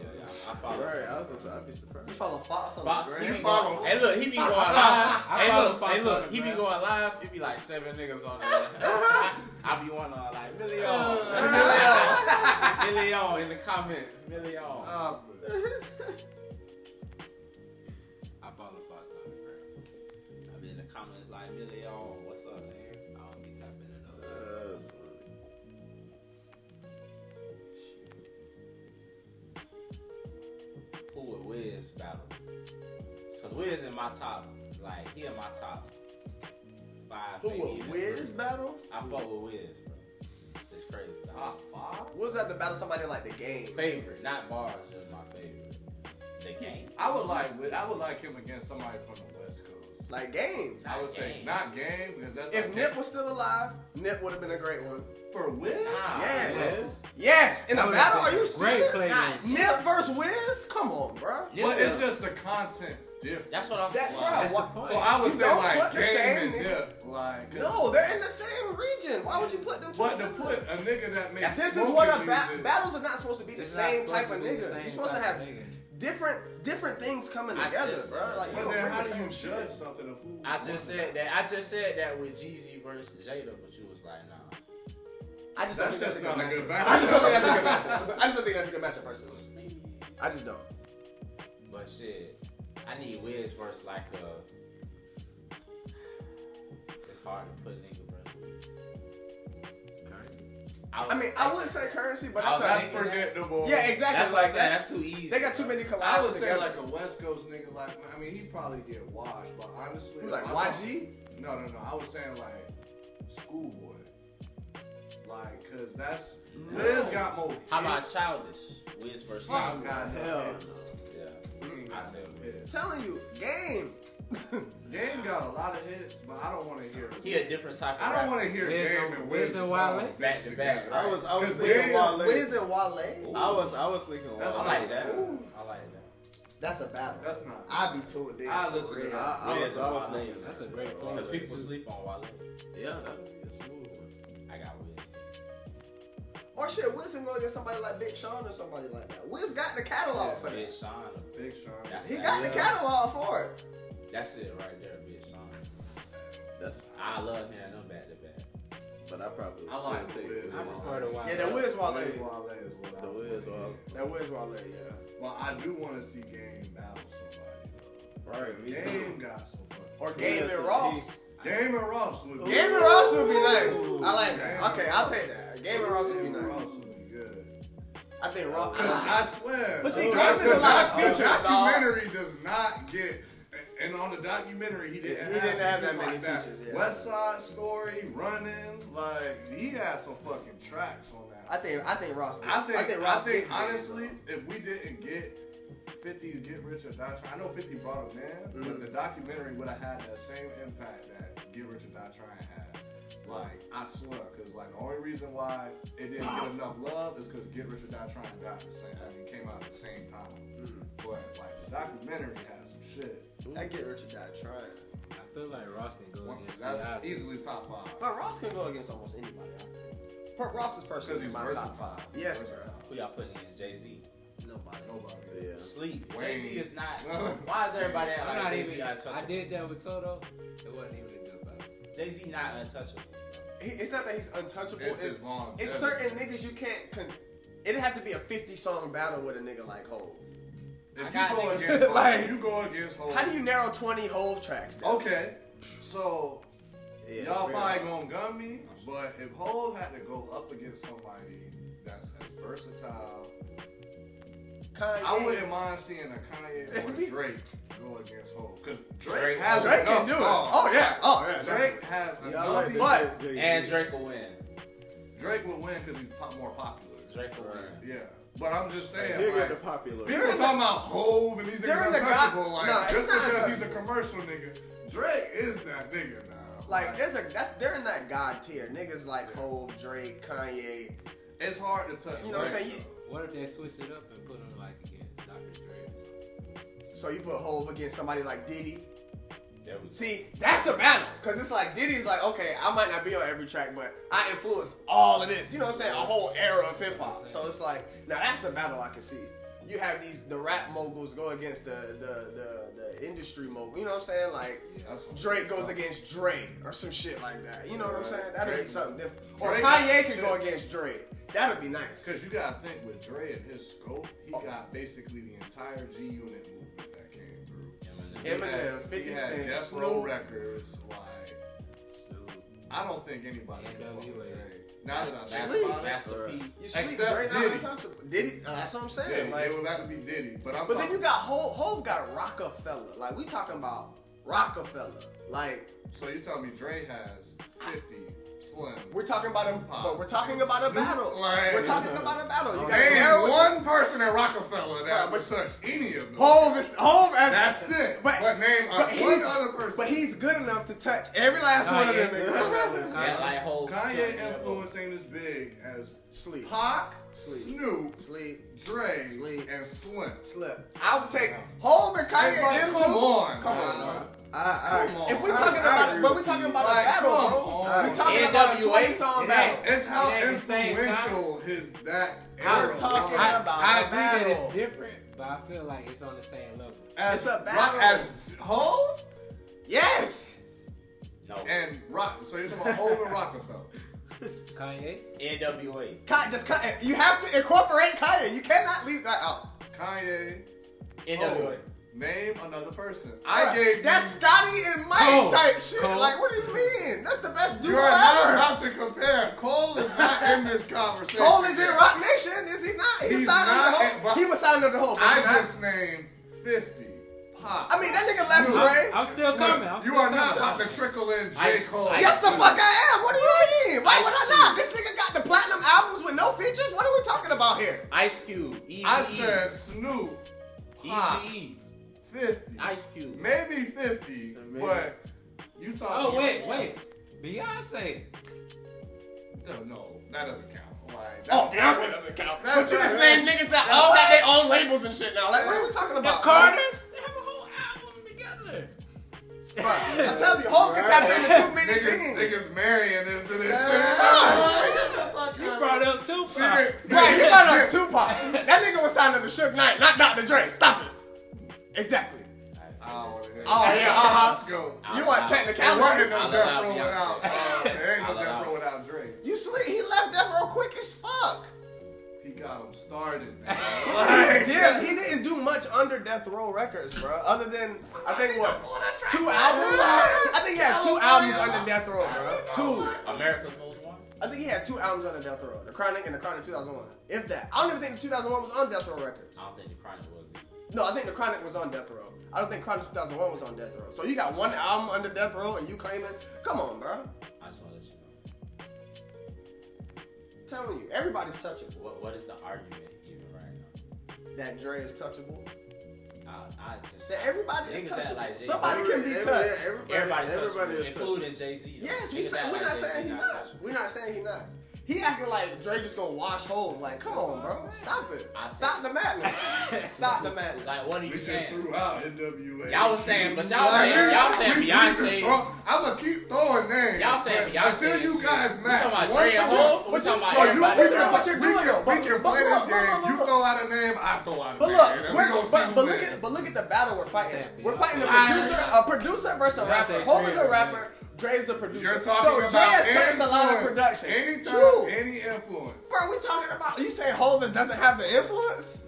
S7: Yeah, yeah, I follow him.
S3: Right, I was gonna I'd be surprised.
S2: You follow Fox on
S7: Fox,
S2: the
S7: he
S2: gram?
S7: be
S6: follow
S7: going,
S6: him.
S7: hey look, he be going live.
S8: I
S7: Hey
S8: follow
S7: look,
S8: Fox
S7: hey
S8: on
S7: look,
S8: the
S7: he be
S8: gram.
S7: going live. It be like seven niggas on there. I be one on like million,
S2: Uh,
S7: million in the comments, million.
S6: Stop it.
S8: I follow Fox on the gram.
S7: I be in the comments like million. What's up,
S8: I
S7: man?
S8: don't be tapping in
S3: Uh,
S8: those.
S3: that's funny.
S7: Who would Wiz battle? Cause Wiz in my top, like he in my top five.
S2: Who
S7: maybe
S2: would
S7: even
S2: win
S7: three.
S2: this battle?
S7: I fuck with Wiz, bro. It's crazy. Top five.
S2: Was that the battle somebody like the game?
S7: Favorite, not bars, just my favorite. The game.
S6: I would like. Wi- I would like him against somebody from the West Coast.
S2: Like game.
S6: I would say
S7: Game.
S6: not game because that's
S2: If
S6: like-
S2: Nip was still alive, Nip would have been a great one.
S6: for Wiz.
S7: Nah.
S2: Yes. Yes. In a
S8: That would've
S2: battle? Are
S8: been
S2: you
S8: a Great
S2: serious?
S8: play. man.
S7: Nah,
S2: Nip versus Wiz? Come on, bro.
S7: Nip
S6: But
S7: was-
S6: it's just the content's different.
S7: That's what I'm
S2: That
S7: saying.
S2: bro.
S8: the
S2: Why,
S8: point.
S6: So I would
S2: You
S6: say
S2: don't
S6: like
S2: put the
S6: game
S2: same
S6: and
S2: niggas-
S6: Nip. Like
S2: no, they're in the same region. Why would you put them?
S6: But to
S2: together?
S6: put a nigga that makes
S2: This is
S6: smoking
S2: what a ba-
S6: music-
S2: battles are not supposed to be the
S8: It's not
S2: same
S8: supposed
S2: type of
S8: be the
S2: nigga.
S8: same
S2: You're supposed to
S8: type
S2: have
S8: of nigga.
S2: different different things coming
S7: I
S2: together,
S7: just-
S2: bro. Like, you
S6: But
S2: don't
S6: then
S2: bring
S6: how
S2: the
S6: do
S2: same
S6: you judge
S2: shit.
S6: something of who?
S7: I just said that. I just said that with Jeezy versus Jada, but you was like, nah.
S2: I just
S6: That's
S2: don't
S6: just
S2: think that's
S6: not a good
S2: matchup.
S6: matchup.
S2: I just don't think that's a good matchup. I just don't think that's a good matchup, personally. I just don't.
S7: But shit, I need Wiz versus like a. It's hard to put a nigga versus Wiz. was-
S2: I mean, I would say currency, but
S7: I
S2: that's,
S7: was
S2: that's
S6: That's
S7: asking-
S6: predictable.
S2: yeah, exactly.
S7: That's what I'm
S2: like
S7: saying.
S2: that's,
S7: That's too easy.
S2: they got too many
S6: I would
S2: collabs
S6: say
S2: together.
S6: like a West Coast nigga, like I mean, he probably get washed, but honestly,
S2: You like
S6: I saw-
S2: YG.
S6: No, no, no. I was saying like schoolboy, like cause that's Liz got more.
S7: How about
S6: hits.
S7: childish? Wiz versus
S2: Oh,
S6: Fuck,
S7: childish.
S6: God
S3: Hell
S6: hell.
S7: Yeah. I said
S2: I'm telling you, game.
S6: Game got a lot of hits, but I don't want to hear.
S7: He a different type of
S6: I don't
S7: rapper.
S6: want to hear
S8: Wiz
S6: Game
S8: and-
S6: and
S8: Wiz
S6: Wiz
S8: and
S6: songs
S8: Wale?
S7: Back to
S6: together.
S7: back, right?
S3: I was I was
S6: Cause
S3: thinking
S6: Wiz-
S3: Wale.
S2: Wiz and Wale.
S3: I was I was thinking
S6: That's
S7: I
S3: Wale.
S7: like that.
S2: Ooh.
S7: I like that.
S2: That's a battle.
S6: That's not.
S2: I'd be tuned in.
S6: I
S2: for
S6: listen to
S2: real.
S3: I, I
S7: Wiz
S3: was
S7: and
S3: I was
S7: Wale.
S3: thinking
S8: That's
S3: that.
S8: a great play.
S7: Because people sleep on Wale.
S3: Yeah, that would be a smooth one.
S7: I got Wiz.
S2: Or shit, Wiz can go against somebody like Big Sean or somebody like that. Wiz got the catalog for
S7: Big
S2: that.
S7: Sean.
S6: Big Sean.
S7: That's
S2: He
S7: that.
S2: got the
S3: Yeah.
S2: catalog for it.
S7: That's it right there, Big Sean.
S3: That's
S7: I love hearing them back to back.
S3: but I probably
S6: I like
S3: still
S6: Wiz.
S3: take
S8: I prefer the Wild.
S2: Yeah, that Wiz Wale.
S6: Wiz Wale is what I
S3: The
S6: wanna
S3: Wiz
S6: hear.
S3: Wale.
S2: That Wiz Wale, yeah.
S6: But I do want to see Game battle somebody.
S3: Right, me
S6: though. Game
S3: too.
S6: got some fun.
S2: Or Game
S3: Wiz
S2: and
S3: and
S2: Ross.
S6: Game and Ross would be.
S2: Game and Ross would be nice. I like
S6: Game
S2: that. Okay,
S6: and
S2: I'll take that. Game and Ross would be
S6: Game and
S2: nice.
S6: Ross would be good.
S2: I think Ross.
S6: 'Cause I swear.
S2: But see,
S6: a
S2: Game is a lot of features, dawg.
S6: documentary does not get. And on the documentary, he didn't,
S2: He didn't have that
S6: features
S2: many
S6: like that.
S2: features, yeah.
S6: West Side Story, Running, like he had some fucking tracks on that.
S2: I think I think Ross.
S6: I think, I think,
S2: Ross. gets it.
S6: honestly, if we didn't get 50's Get Rich or Die Trying. I know 50 brought him in, but
S2: Mm-hmm.
S6: the documentary would have had that same impact that Get Rich or Die Trying had. Like, I swear, because like the only reason why it didn't get enough love is because Get Rich or Die Trying died the same. I mean, came out at the same time.
S2: Mm.
S6: But like the documentary had some shit.
S2: That get rich or die trying.
S8: I feel like Ross can go against
S6: That's
S8: T.I.
S6: easily top five.
S2: But Ross can go against almost anybody. out there. Per- Ross is personally
S6: Because he's
S2: my
S6: versatile.
S2: top five. Yes, bro.
S6: Versatile.
S7: Who y'all putting in is Jay Z.
S2: Nobody.
S6: Nobody.
S3: Yeah.
S7: Sleep. Jay
S6: Wayne.
S7: Z is not. Why is everybody acting
S8: I'm
S7: like
S8: not
S7: Jay Z
S8: even.
S7: untouchable?
S8: I did that with Toto. It wasn't even a good battle.
S7: Jay Z not untouchable.
S2: He, it's not that he's untouchable.
S6: It's
S2: It's,
S6: his long.
S2: it's certain niggas you can't. Con- It'd have to be a 50 song battle with a nigga like Hov.
S6: If
S7: I
S6: you
S7: got
S6: go
S7: niggas-
S6: against,
S2: Like-
S6: like, you go against. Hov-
S2: How do you narrow 20 Hov tracks down?
S6: Okay, so
S3: Yeah,
S6: y'all
S3: real.
S6: probably gonna gun me, but if Hov had to go up against somebody that's as versatile,
S2: Kanye.
S6: I wouldn't mind seeing a Kanye or
S2: It'd be-
S6: a Drake go against Hov because Drake,
S7: Drake-
S6: has
S2: Drake
S6: enough
S2: can do it.
S6: songs.
S2: Oh, yeah. Oh, yeah.
S6: Drake has
S3: Y'all like
S6: enough,
S2: But-
S3: this shit,
S7: And
S3: Jay-Z.
S7: Drake will win.
S6: Drake would win because he's pop- more popular.
S7: Drake will win.
S6: Yeah, but I'm just saying,
S3: Bigger
S6: like,
S3: the popular.
S6: People talking about Hove and these
S2: They're
S6: niggas
S2: in the
S6: untouchable.
S2: God-
S6: like,
S2: nah, it's
S6: just
S2: not
S6: because he's a commercial nigga, Drake is that nigga now.
S2: Like, there's a that's they're in that god tier. Niggas like Hov, Drake, Kanye.
S6: it's hard to touch.
S2: You know what I'm
S6: Drake,
S2: saying? You-
S8: What if they switched it up and put him like against Dr. Dre? or something?
S2: So you put Hov against somebody like Diddy.
S7: There we go.
S2: See, that's a battle. Cause it's like Diddy's like, okay, I might not be on every track, but I influenced all of this. You know what I'm saying? A whole era of hip hop. So it's like, now that's a battle I can see. You have these the rap moguls go against the the the, the industry mogul. You know what I'm saying? Like
S6: though. That's what-
S2: Drake goes against Drake or some shit like that. You know what I'm saying? That'd be
S6: Drake-
S2: something different. Or
S6: Drake-
S2: Kanye could go against Drake. That'd be nice.
S6: Cause you gotta think with Dre and his scope, he
S2: Oh.
S6: got basically the entire G Unit movement that came through.
S7: Eminem.
S6: He
S2: Eminem,
S6: had-
S2: 50
S6: he had
S2: Cent,
S6: Death Row
S2: Snoop.
S6: Records. Like,
S8: Snoop.
S6: I don't think anybody can fuck
S8: NWA.
S6: with Dre. Now that I
S7: Master,
S2: Sleep.
S6: think about it,
S7: Master P.
S2: You sleep,
S6: Except
S2: Drake not
S6: Diddy.
S2: untouchable. Diddy, uh, that's what I'm saying.
S6: Diddy,
S2: like,
S6: it would have to be Diddy. But I'm.
S2: But then
S6: talking-
S2: you got Hov. Hov got Rockefeller. Like we talking about Rockefeller. Like
S6: so you telling me Dre has fifty Slim?
S2: we're talking about a,
S6: Tupac.
S2: but we're talking about a
S6: Snoop
S2: battle.
S6: Lion.
S2: We're talking about a battle. You got
S6: Name
S2: Harold-
S6: one person at Rockefeller that
S2: Bruh,
S6: would
S2: but-
S6: touch any of them.
S2: Hov is Hov. as-
S6: That's it.
S2: But-
S6: But, name
S2: But
S6: a, one
S2: he's,
S6: other person.
S2: but he's good enough to touch every last one of them.
S8: Kanye.
S2: niggas.
S7: Yeah, like whole.
S6: Kanye influence ain't as big as
S2: Sleep,
S6: Pac,
S2: Sleep.
S6: Snoop,
S2: sleep,
S6: Dre,
S2: Sleep.
S6: and Slim.
S2: slip. I'll take Hov and Kanye.
S6: It's like,
S2: them
S6: come
S2: two.
S6: on,
S2: come on.
S6: nah.
S2: bro.
S3: I, I,
S6: Come on.
S2: If we're
S6: I-
S2: talking
S3: I
S2: about,
S3: agree
S2: but we're
S3: with
S2: talking
S3: you.
S2: about
S6: Like,
S2: a battle,
S6: come
S2: bro.
S6: on.
S2: We're talking about a
S7: NWA.
S2: twenty song
S8: It
S2: battle.
S8: ain't-
S6: It's how
S8: At the same time-
S6: influential his that
S2: I'm
S6: era
S2: talking
S6: was.
S2: about
S8: I
S2: a
S8: agree that
S2: battle.
S8: it's different, but I feel like it's on the same level.
S6: As,
S2: it's a
S6: Rock-
S2: battle.
S6: As Hov
S2: Yes.
S7: No.
S6: and Rock. So you're talking about Hov and Rockefeller.
S8: Kanye?
S7: NWA.
S2: Ka- does Ka- you have to incorporate Kanye. You cannot leave that out.
S6: Kanye.
S7: NWA.
S6: Hov.
S2: Oh.
S6: Name another person.
S2: Bruh,
S6: I gave
S2: that's
S6: you.
S2: Scotty and Mike
S8: Cole.
S2: type shit.
S8: Cole.
S2: Like, what do you mean? That's the best duo
S6: You're not
S2: ever.
S6: about to compare. Cole is not in this conversation.
S2: Cole is in Rock Nation, is he not? He
S6: He's
S2: signed
S6: not
S2: under the
S6: in
S2: whole.
S6: Rock-
S2: He was signed under the whole.
S6: I
S2: was he
S6: just named 50. Pop.
S2: not? I mean, that nigga left
S6: Snoop.
S2: Dre.
S8: I'm still coming. I'm
S6: you
S8: still
S6: are not
S8: coming.
S6: about to trickle in J.
S7: Ice-
S6: Cole.
S7: Ice
S2: Yes, the
S7: Cube.
S2: fuck I am. What do you mean? Why
S7: Ice
S2: would I not? This nigga got the platinum albums with no features. What are we talking about here?
S7: Ice Cube. E Easy.
S6: I said Snoop, Pop,
S2: ah.
S7: Easy.
S6: 50.
S7: E Ice Cube.
S6: Maybe 50,
S3: Maybe.
S6: but you talking
S8: Oh, wait, wait. Beyonce.
S6: No, no, that doesn't count. Like,
S2: Oh,
S6: that's-
S2: Beyonce doesn't count.
S6: That's
S2: But you
S6: right.
S2: just named niggas that
S6: That's
S2: all got
S6: right.
S2: their own labels and shit now. Like, what are we talking
S8: The
S2: about?
S8: Carters? They have a whole album together.
S2: I'm telling you, Hulk can tap into too many
S6: niggas,
S2: things.
S6: niggas marrying into this.
S8: You brought up Tupac.
S6: Shit.
S2: Right, you brought up Tupac. That nigga was signed under Suge Knight, not Dr. Dre. Stop it. Exactly.
S6: Oh,
S2: Oh, yeah, uh-huh.
S6: Let's go.
S2: You want
S6: There wasn't
S2: technicality?
S6: no
S7: I'll
S6: death
S7: allow
S6: row
S7: Beyonce.
S6: without. Uh, there ain't
S7: I'll
S6: no
S7: allow
S6: death row
S7: it.
S6: without Drake.
S2: You sleep. He left that real quick as fuck.
S6: He got him started, man.
S2: He didn't, he didn't do much under Death Row Records, bro. Other than I think what two albums. I think he had two albums under Death Row, bro. Two.
S7: America's Most Wanted.
S2: I think he had two albums under Death Row: The Chronic and The Chronic 2001. If that, I don't even think the 2001 was on Death Row Records.
S7: I don't think the Chronic was it.
S2: No, I think the Chronic was on Death Row. I don't think Chronic 2001 was on Death Row. So you got one album under Death Row and you claiming? Come on, bro.
S7: I just want to let you know.
S2: I'm telling you, everybody's touchable.
S7: What What is the argument even right now?
S2: That Dre is touchable.
S7: I, I just
S2: That everybody
S7: Niggas
S2: is
S7: act
S2: touchable.
S7: like Jay-Z.
S2: Somebody can be touched.
S7: everybody's
S3: everybody
S7: everybody
S3: is touchable.
S7: including Jay Z.
S2: Yes, we said we're not saying he not. We're not saying he not. He acting like Drake is gonna wash home. Like, come on, bro, stop it.
S7: I take
S2: Stop
S7: it.
S2: the madness. Stop the madness.
S7: Like what are
S6: We
S7: you
S6: just
S7: saying?
S6: threw out NWA.
S7: Y'all was saying, but y'all
S6: Like,
S7: saying y'all saying
S6: we- we just
S7: Beyonce.
S6: throw- I'ma keep throwing names.
S7: Y'all saying
S6: but
S7: Beyonce
S6: Until
S7: and
S6: you
S7: shit.
S6: guys
S7: We
S6: match
S7: talking about
S6: one
S7: Dre and
S6: person-
S7: Hope? We talking about
S6: So you, we
S7: everybody.
S6: can,
S2: What you're
S6: we
S2: doing,
S6: can,
S2: though.
S6: we can
S2: But-
S6: play
S2: but
S6: this
S2: look, look,
S6: game.
S2: look,
S6: you
S2: look.
S6: throw out a name, I throw out a
S2: But
S6: name. and
S2: look,
S6: we
S2: we're,
S6: gonna see
S2: but,
S6: who
S2: but look
S6: wins.
S2: at but look at the battle we're fighting.
S7: Exactly.
S2: We're fighting a
S6: I-
S2: producer, a producer versus a
S8: Y'all
S2: rapper.
S8: say
S2: Hope is a
S8: Dre,
S2: rapper. Dre's a producer.
S6: You're talking
S2: so Dre
S6: about
S2: has touched a lot of
S6: influence.
S2: production.
S6: Anytime,
S2: True.
S6: any influence.
S2: Bro, we talking about you saying Holman doesn't have the influence?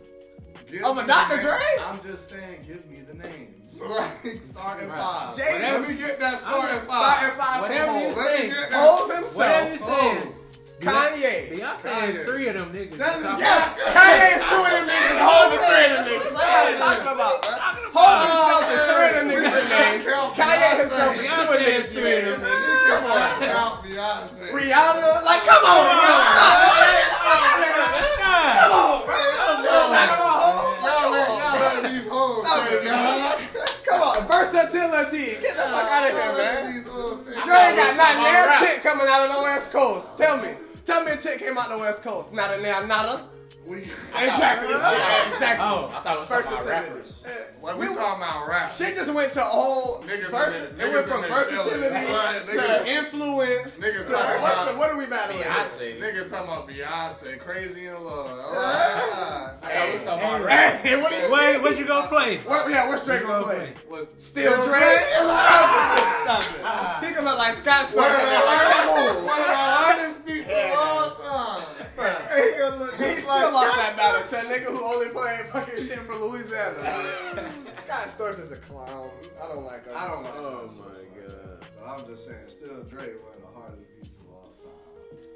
S6: Give
S2: Of a
S6: me
S2: Dr.
S6: the
S2: Dre?
S6: name. I'm just saying, give me the names. Like starting
S8: Right.
S6: five.
S2: Jay-
S6: Let me get that starting
S2: Five
S8: I'm-
S6: five.
S2: and five
S8: Whatever
S2: for
S8: you
S2: Hov.
S6: Let
S8: saying.
S6: me get
S2: Hov
S6: that.
S8: Whatever
S2: himself.
S8: you saying.
S2: Kanye.
S8: Beyonce
S6: Kanye.
S8: has three of them niggas.
S6: That is-
S2: Yeah, Kanye is two of them niggas. Hov is three of them niggas. That's what I'm talking about, bro. Hov himself is three of them
S6: We
S2: niggas.
S6: can't count
S2: Kanye
S6: Beyonce.
S2: himself is two of them
S8: Beyonce is
S2: niggas.
S8: three of
S6: We
S8: them
S2: man.
S8: niggas.
S6: cannot count Beyonce.
S2: Rihanna, like, come on, bro. Stop. it. Come
S8: God.
S2: on, bro. Come on,
S6: Y'all let, y'all
S2: Come on.
S6: let these hoes
S2: Stop
S6: say
S2: it,
S6: it,
S2: man. Come on, versatility. Get the fuck out of here,
S6: Y'all let
S2: man.
S6: these hoes say it.
S2: Dre got not
S7: talking about
S2: a
S7: rap.
S2: chick coming out of the West Coast. Tell me. Tell me a chick came out the West Coast. Not a now, not a.
S6: We,
S2: Exactly. Yeah, exactly.
S8: Oh.
S7: I thought it was talking about
S2: Versatility.
S7: rappers.
S6: what we talking about rap.
S2: Shit just went to a whole
S6: Niggas
S2: vers-
S6: in the-
S2: it went
S6: niggas
S2: from
S6: in the
S2: versatility
S6: building. Right,
S2: to
S6: niggas-
S2: influence.
S6: niggas
S2: to
S6: talking
S2: what's
S6: about-
S2: the, what are we battling?
S7: Beyonce.
S6: Niggas talking about Beyonce, crazy in love. All right.
S7: I thought it was talking about rappers.
S2: Hey, what are you?
S8: Wait, what you gonna play?
S2: What, yeah, what's Drake
S8: You
S2: gonna
S8: gonna
S2: play?
S8: play?
S6: What's
S2: Still
S6: Still
S2: Drake? Stop it! Stop it! He gonna look like Scott Storch.
S6: one of the hardest,
S2: and
S6: one of the hardest beats of all time.
S2: Like,
S6: He gonna look
S2: He
S6: just
S2: still
S6: like
S2: lost that
S6: Scott
S2: battle to a nigga who only played fucking shit from Louisiana. Scott Storch is a clown. I don't like him.
S6: I don't like
S3: Oh
S6: Scott Storch.
S3: my god.
S6: But I'm just saying, still Drake, one of the hardest beats of all time.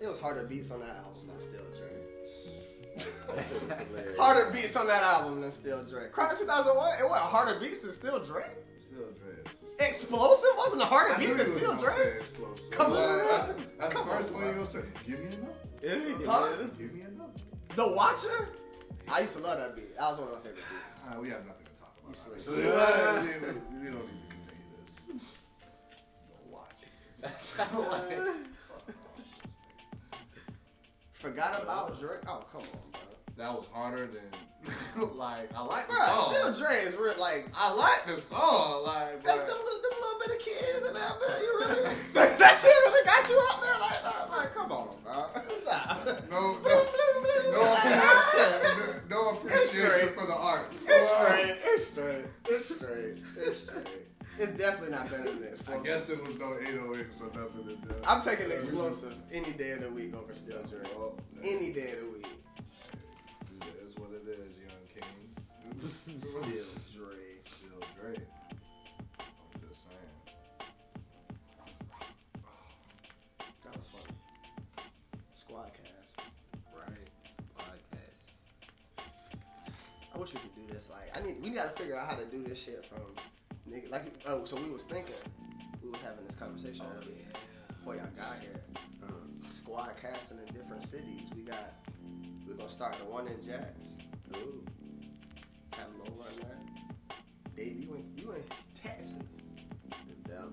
S2: It was harder beats on that album than Still Drake.
S3: That shit was hilarious.
S2: Harder beats on that album than Still Drake. Cry 2001. It wasn't harder beats than Still Drake.
S6: Still Drake.
S2: Explosive wasn't a harder
S6: I knew
S2: beat
S6: you
S2: than
S6: was
S2: Still
S6: gonna
S2: Drake.
S6: say explosive.
S2: Come on,
S6: Like, that's-
S2: bro.
S6: That's the
S2: Come on,
S6: first one you
S2: bro.
S6: gonna say. Give me a number.
S2: Huh?
S6: Give me a number.
S2: The Watcher. I used to love that beat. That was one of my favorite beats.
S6: Ah, we have nothing to talk about.
S2: You sleep.
S6: So, uh, we, we- we don't need to continue this. Don't watch it.
S2: Forgot about Drake. Oh come on, bro.
S6: That was harder than like I like the
S2: Bro,
S6: song.
S2: Still Dre is real. Like,
S6: I like the song. Like
S2: like
S6: but
S2: them, little- them little bit of kids and that, man. You really that, that shit really got you out there. Like, like, like come on, bro. Stop.
S6: no, no, no, appreciation, no appreciation
S2: straight.
S6: for the arts.
S2: It's straight. It's straight. It's straight. It's straight. It's definitely not better than
S6: I
S2: explosive.
S6: guess it was no 808s or nothing. to do.
S2: I'm taking explosive any day of the week over Still Dre.
S6: Oh.
S2: Any day of the week.
S6: It is what it is, young king.
S2: Still Dre.
S6: Still great. I'm just saying.
S2: That was funny. Squad cast. I wish we could do this. Like, I need. We gotta figure out how to do this shit from, nigga. Like, oh, so we was thinking, we was having this conversation
S8: Oh,
S2: earlier before y'all got here. Squad casting in different cities. We got. We're gonna start the one in Jax. Ooh. Have a little run there. Dave, you in you in Texas.
S3: In Dallas.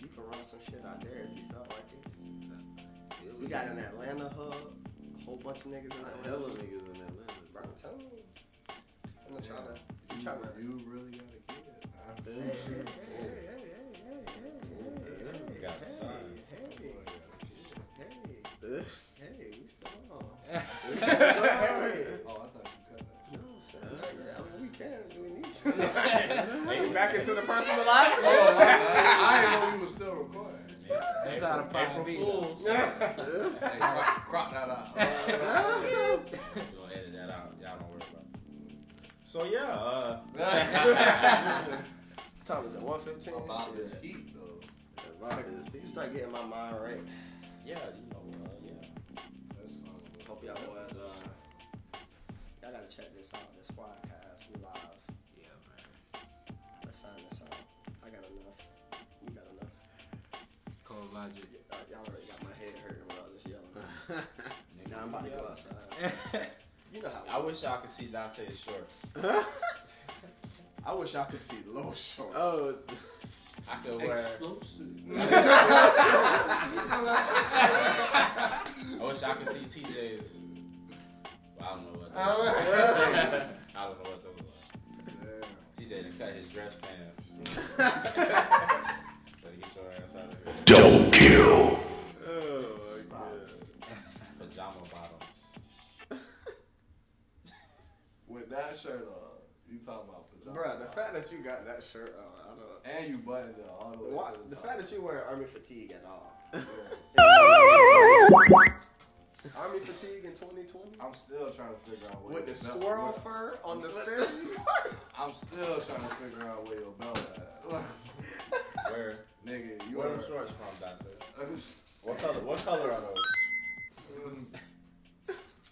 S2: You can run some shit out there if you felt like it. We got an Atlanta hub. A whole bunch of niggas in
S3: Hella
S2: Atlanta.
S3: niggas in Atlanta.
S2: Bro, I'm telling you. I'm gonna try to. I'm
S6: You,
S2: trying to.
S6: you really gotta get it. man.
S2: Hey, hey, hey,
S7: We got the sign.
S6: Oh,
S2: hey,
S3: Ugh.
S2: hey, hey, we still on.
S6: Oh, I thought you cut that.
S2: No, sir. I mean, we can if we need to. we back into the personal lives.
S6: Oh, I, I, I didn't know we was still recording.
S8: That's out of
S7: April
S8: Pride B.
S7: Fools. You
S6: Hey, crop, crop that out.
S7: gonna edit that out? Y'all don't worry about. it. So
S3: uh,
S7: yeah. uh,
S2: Time is at 115.
S6: About this
S2: Shit.
S6: heat, though.
S3: That vibe is-
S2: You start getting my mind right.
S7: Yeah, you know, uh, yeah.
S6: That's all.
S2: Hope y'all boys, uh, y'all gotta check this out. This podcast, we live.
S8: Yeah, man.
S2: Let's sign this out. I got enough. You got enough.
S8: Cold logic.
S2: Y- uh, y'all already got my head hurting when I was just yelling. now I'm about to go outside. You know how.
S7: I wish y'all could see Dante's shorts.
S2: I wish I could see low shorts.
S3: Oh,
S7: I could wear. I wish I could see TJ's. Well, I don't know what.
S2: Oh,
S7: Those I don't know what those are. TJ done cut his dress pants. Better get your ass out of here.
S3: oh my god.
S7: Pajama bottoms.
S6: With that shirt on, you talking about pajamas.
S2: Bruh, the fact that you got that shirt on, I don't
S6: And you buttoned it all the way
S2: Why,
S6: to the,
S2: the
S6: top.
S2: fact that you wear army fatigue at all. army fatigue in 2020
S6: I'm still trying to figure out where
S2: with the
S6: your belt-
S2: squirrel
S6: where-
S2: fur on the stairs.
S6: I'm still trying to figure out where your belt at.
S7: Where?
S6: Nigga, you
S7: Where
S6: are.
S7: are the shorts from, Doctor?
S6: That's
S7: What color? What color are those?
S2: Mm.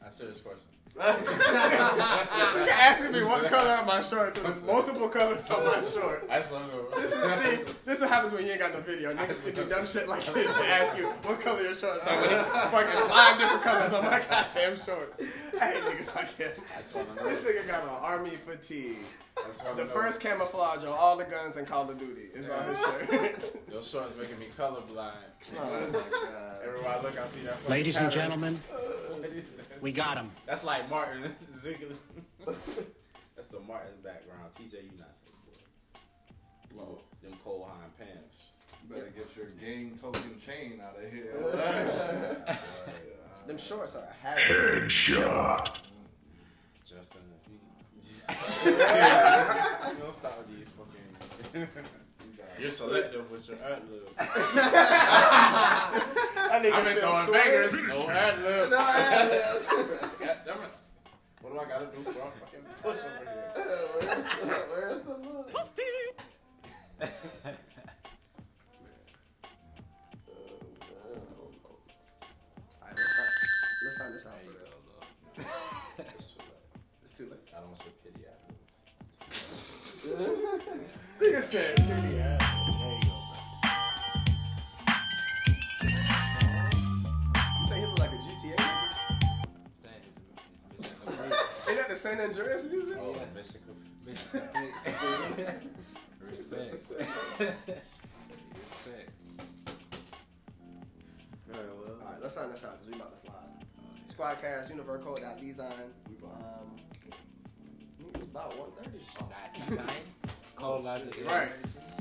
S7: That's a serious question.
S2: This nigga asking me what color are my shorts, and there's multiple colors on my short.
S7: That's what I'm gonna-
S2: This is, see, this is what happens when you ain't got no video. Niggas get do dumb shit like this and ask you what color your shorts are when it's fucking five different colors on my goddamn shorts. I hate niggas like him.
S7: That's what I'm gonna-
S2: This nigga got an army fatigue.
S7: that's what I'm
S2: The
S7: gonna-
S2: first camouflage on all the guns in Call of Duty is on his shirt.
S7: Your shorts making me colorblind.
S2: oh my
S7: Everywhere I look, I see that. fucking
S9: Ladies and
S7: pattern.
S9: gentlemen, we got him.
S7: That's like Martin Ziegler. That's the Martin background. TJ, you not safe. boy. Blow them cold hind pants.
S6: You better get your game token chain out of here.
S2: god. Them shorts are a hazard.
S7: Justin, if you, you don't stop with these fucking. You're selective with your ad lib.
S2: That nigga
S7: I've been
S2: feel
S7: throwing
S2: sweat.
S7: fingers. No ad lib.
S2: No ad libs.
S7: What do I gotta do for a fucking push over here?
S3: Where's the look? Oh man.
S2: Alright, let's sign- Let's sign this out
S7: There you
S2: for
S7: go,
S2: real.
S7: though.
S2: It's too late.
S7: I don't want your pity ad libs.
S2: Nigga said, "Pretty ass." you say he look like a GTA? nigga? Ain't that the San Andreas music?
S7: Oh, Michigan.
S8: Respect. Respect.
S2: Alright, let's sign this out because we about to slide. Squadcast, univercode.design. Um, it was about 1.30.
S8: Cold logic. X.
S2: Right.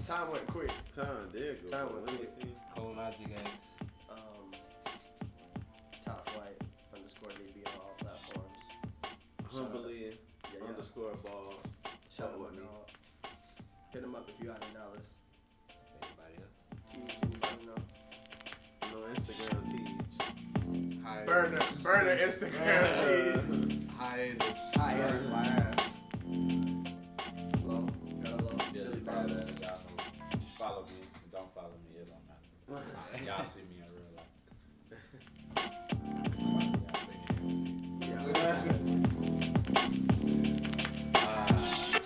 S2: Time went quick.
S3: Time did go.
S2: Time
S3: by.
S2: went
S3: Let me
S2: quick.
S3: see.
S8: Cold logic. X.
S2: Um, top flight underscore DB on all platforms.
S3: Humbly
S2: Yeah, yeah.
S3: underscore ball.
S2: Shout out
S3: follow
S2: my
S3: me.
S2: dog. Hit him up if you out in Dallas.
S8: Everybody else.
S2: Teams, you let 'em know.
S3: No Instagram teach.
S6: Hide-
S2: Burner, burner Instagram page.
S6: Hiatus.
S2: Hi, it's my ass. Low, got a low, really bad ass.
S7: Follow me. Don't follow me. It don't matter. Y'all see me in real life.
S2: Yeah.
S7: Ah, TJ,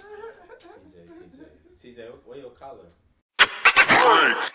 S7: TJ, TJ, where your collar?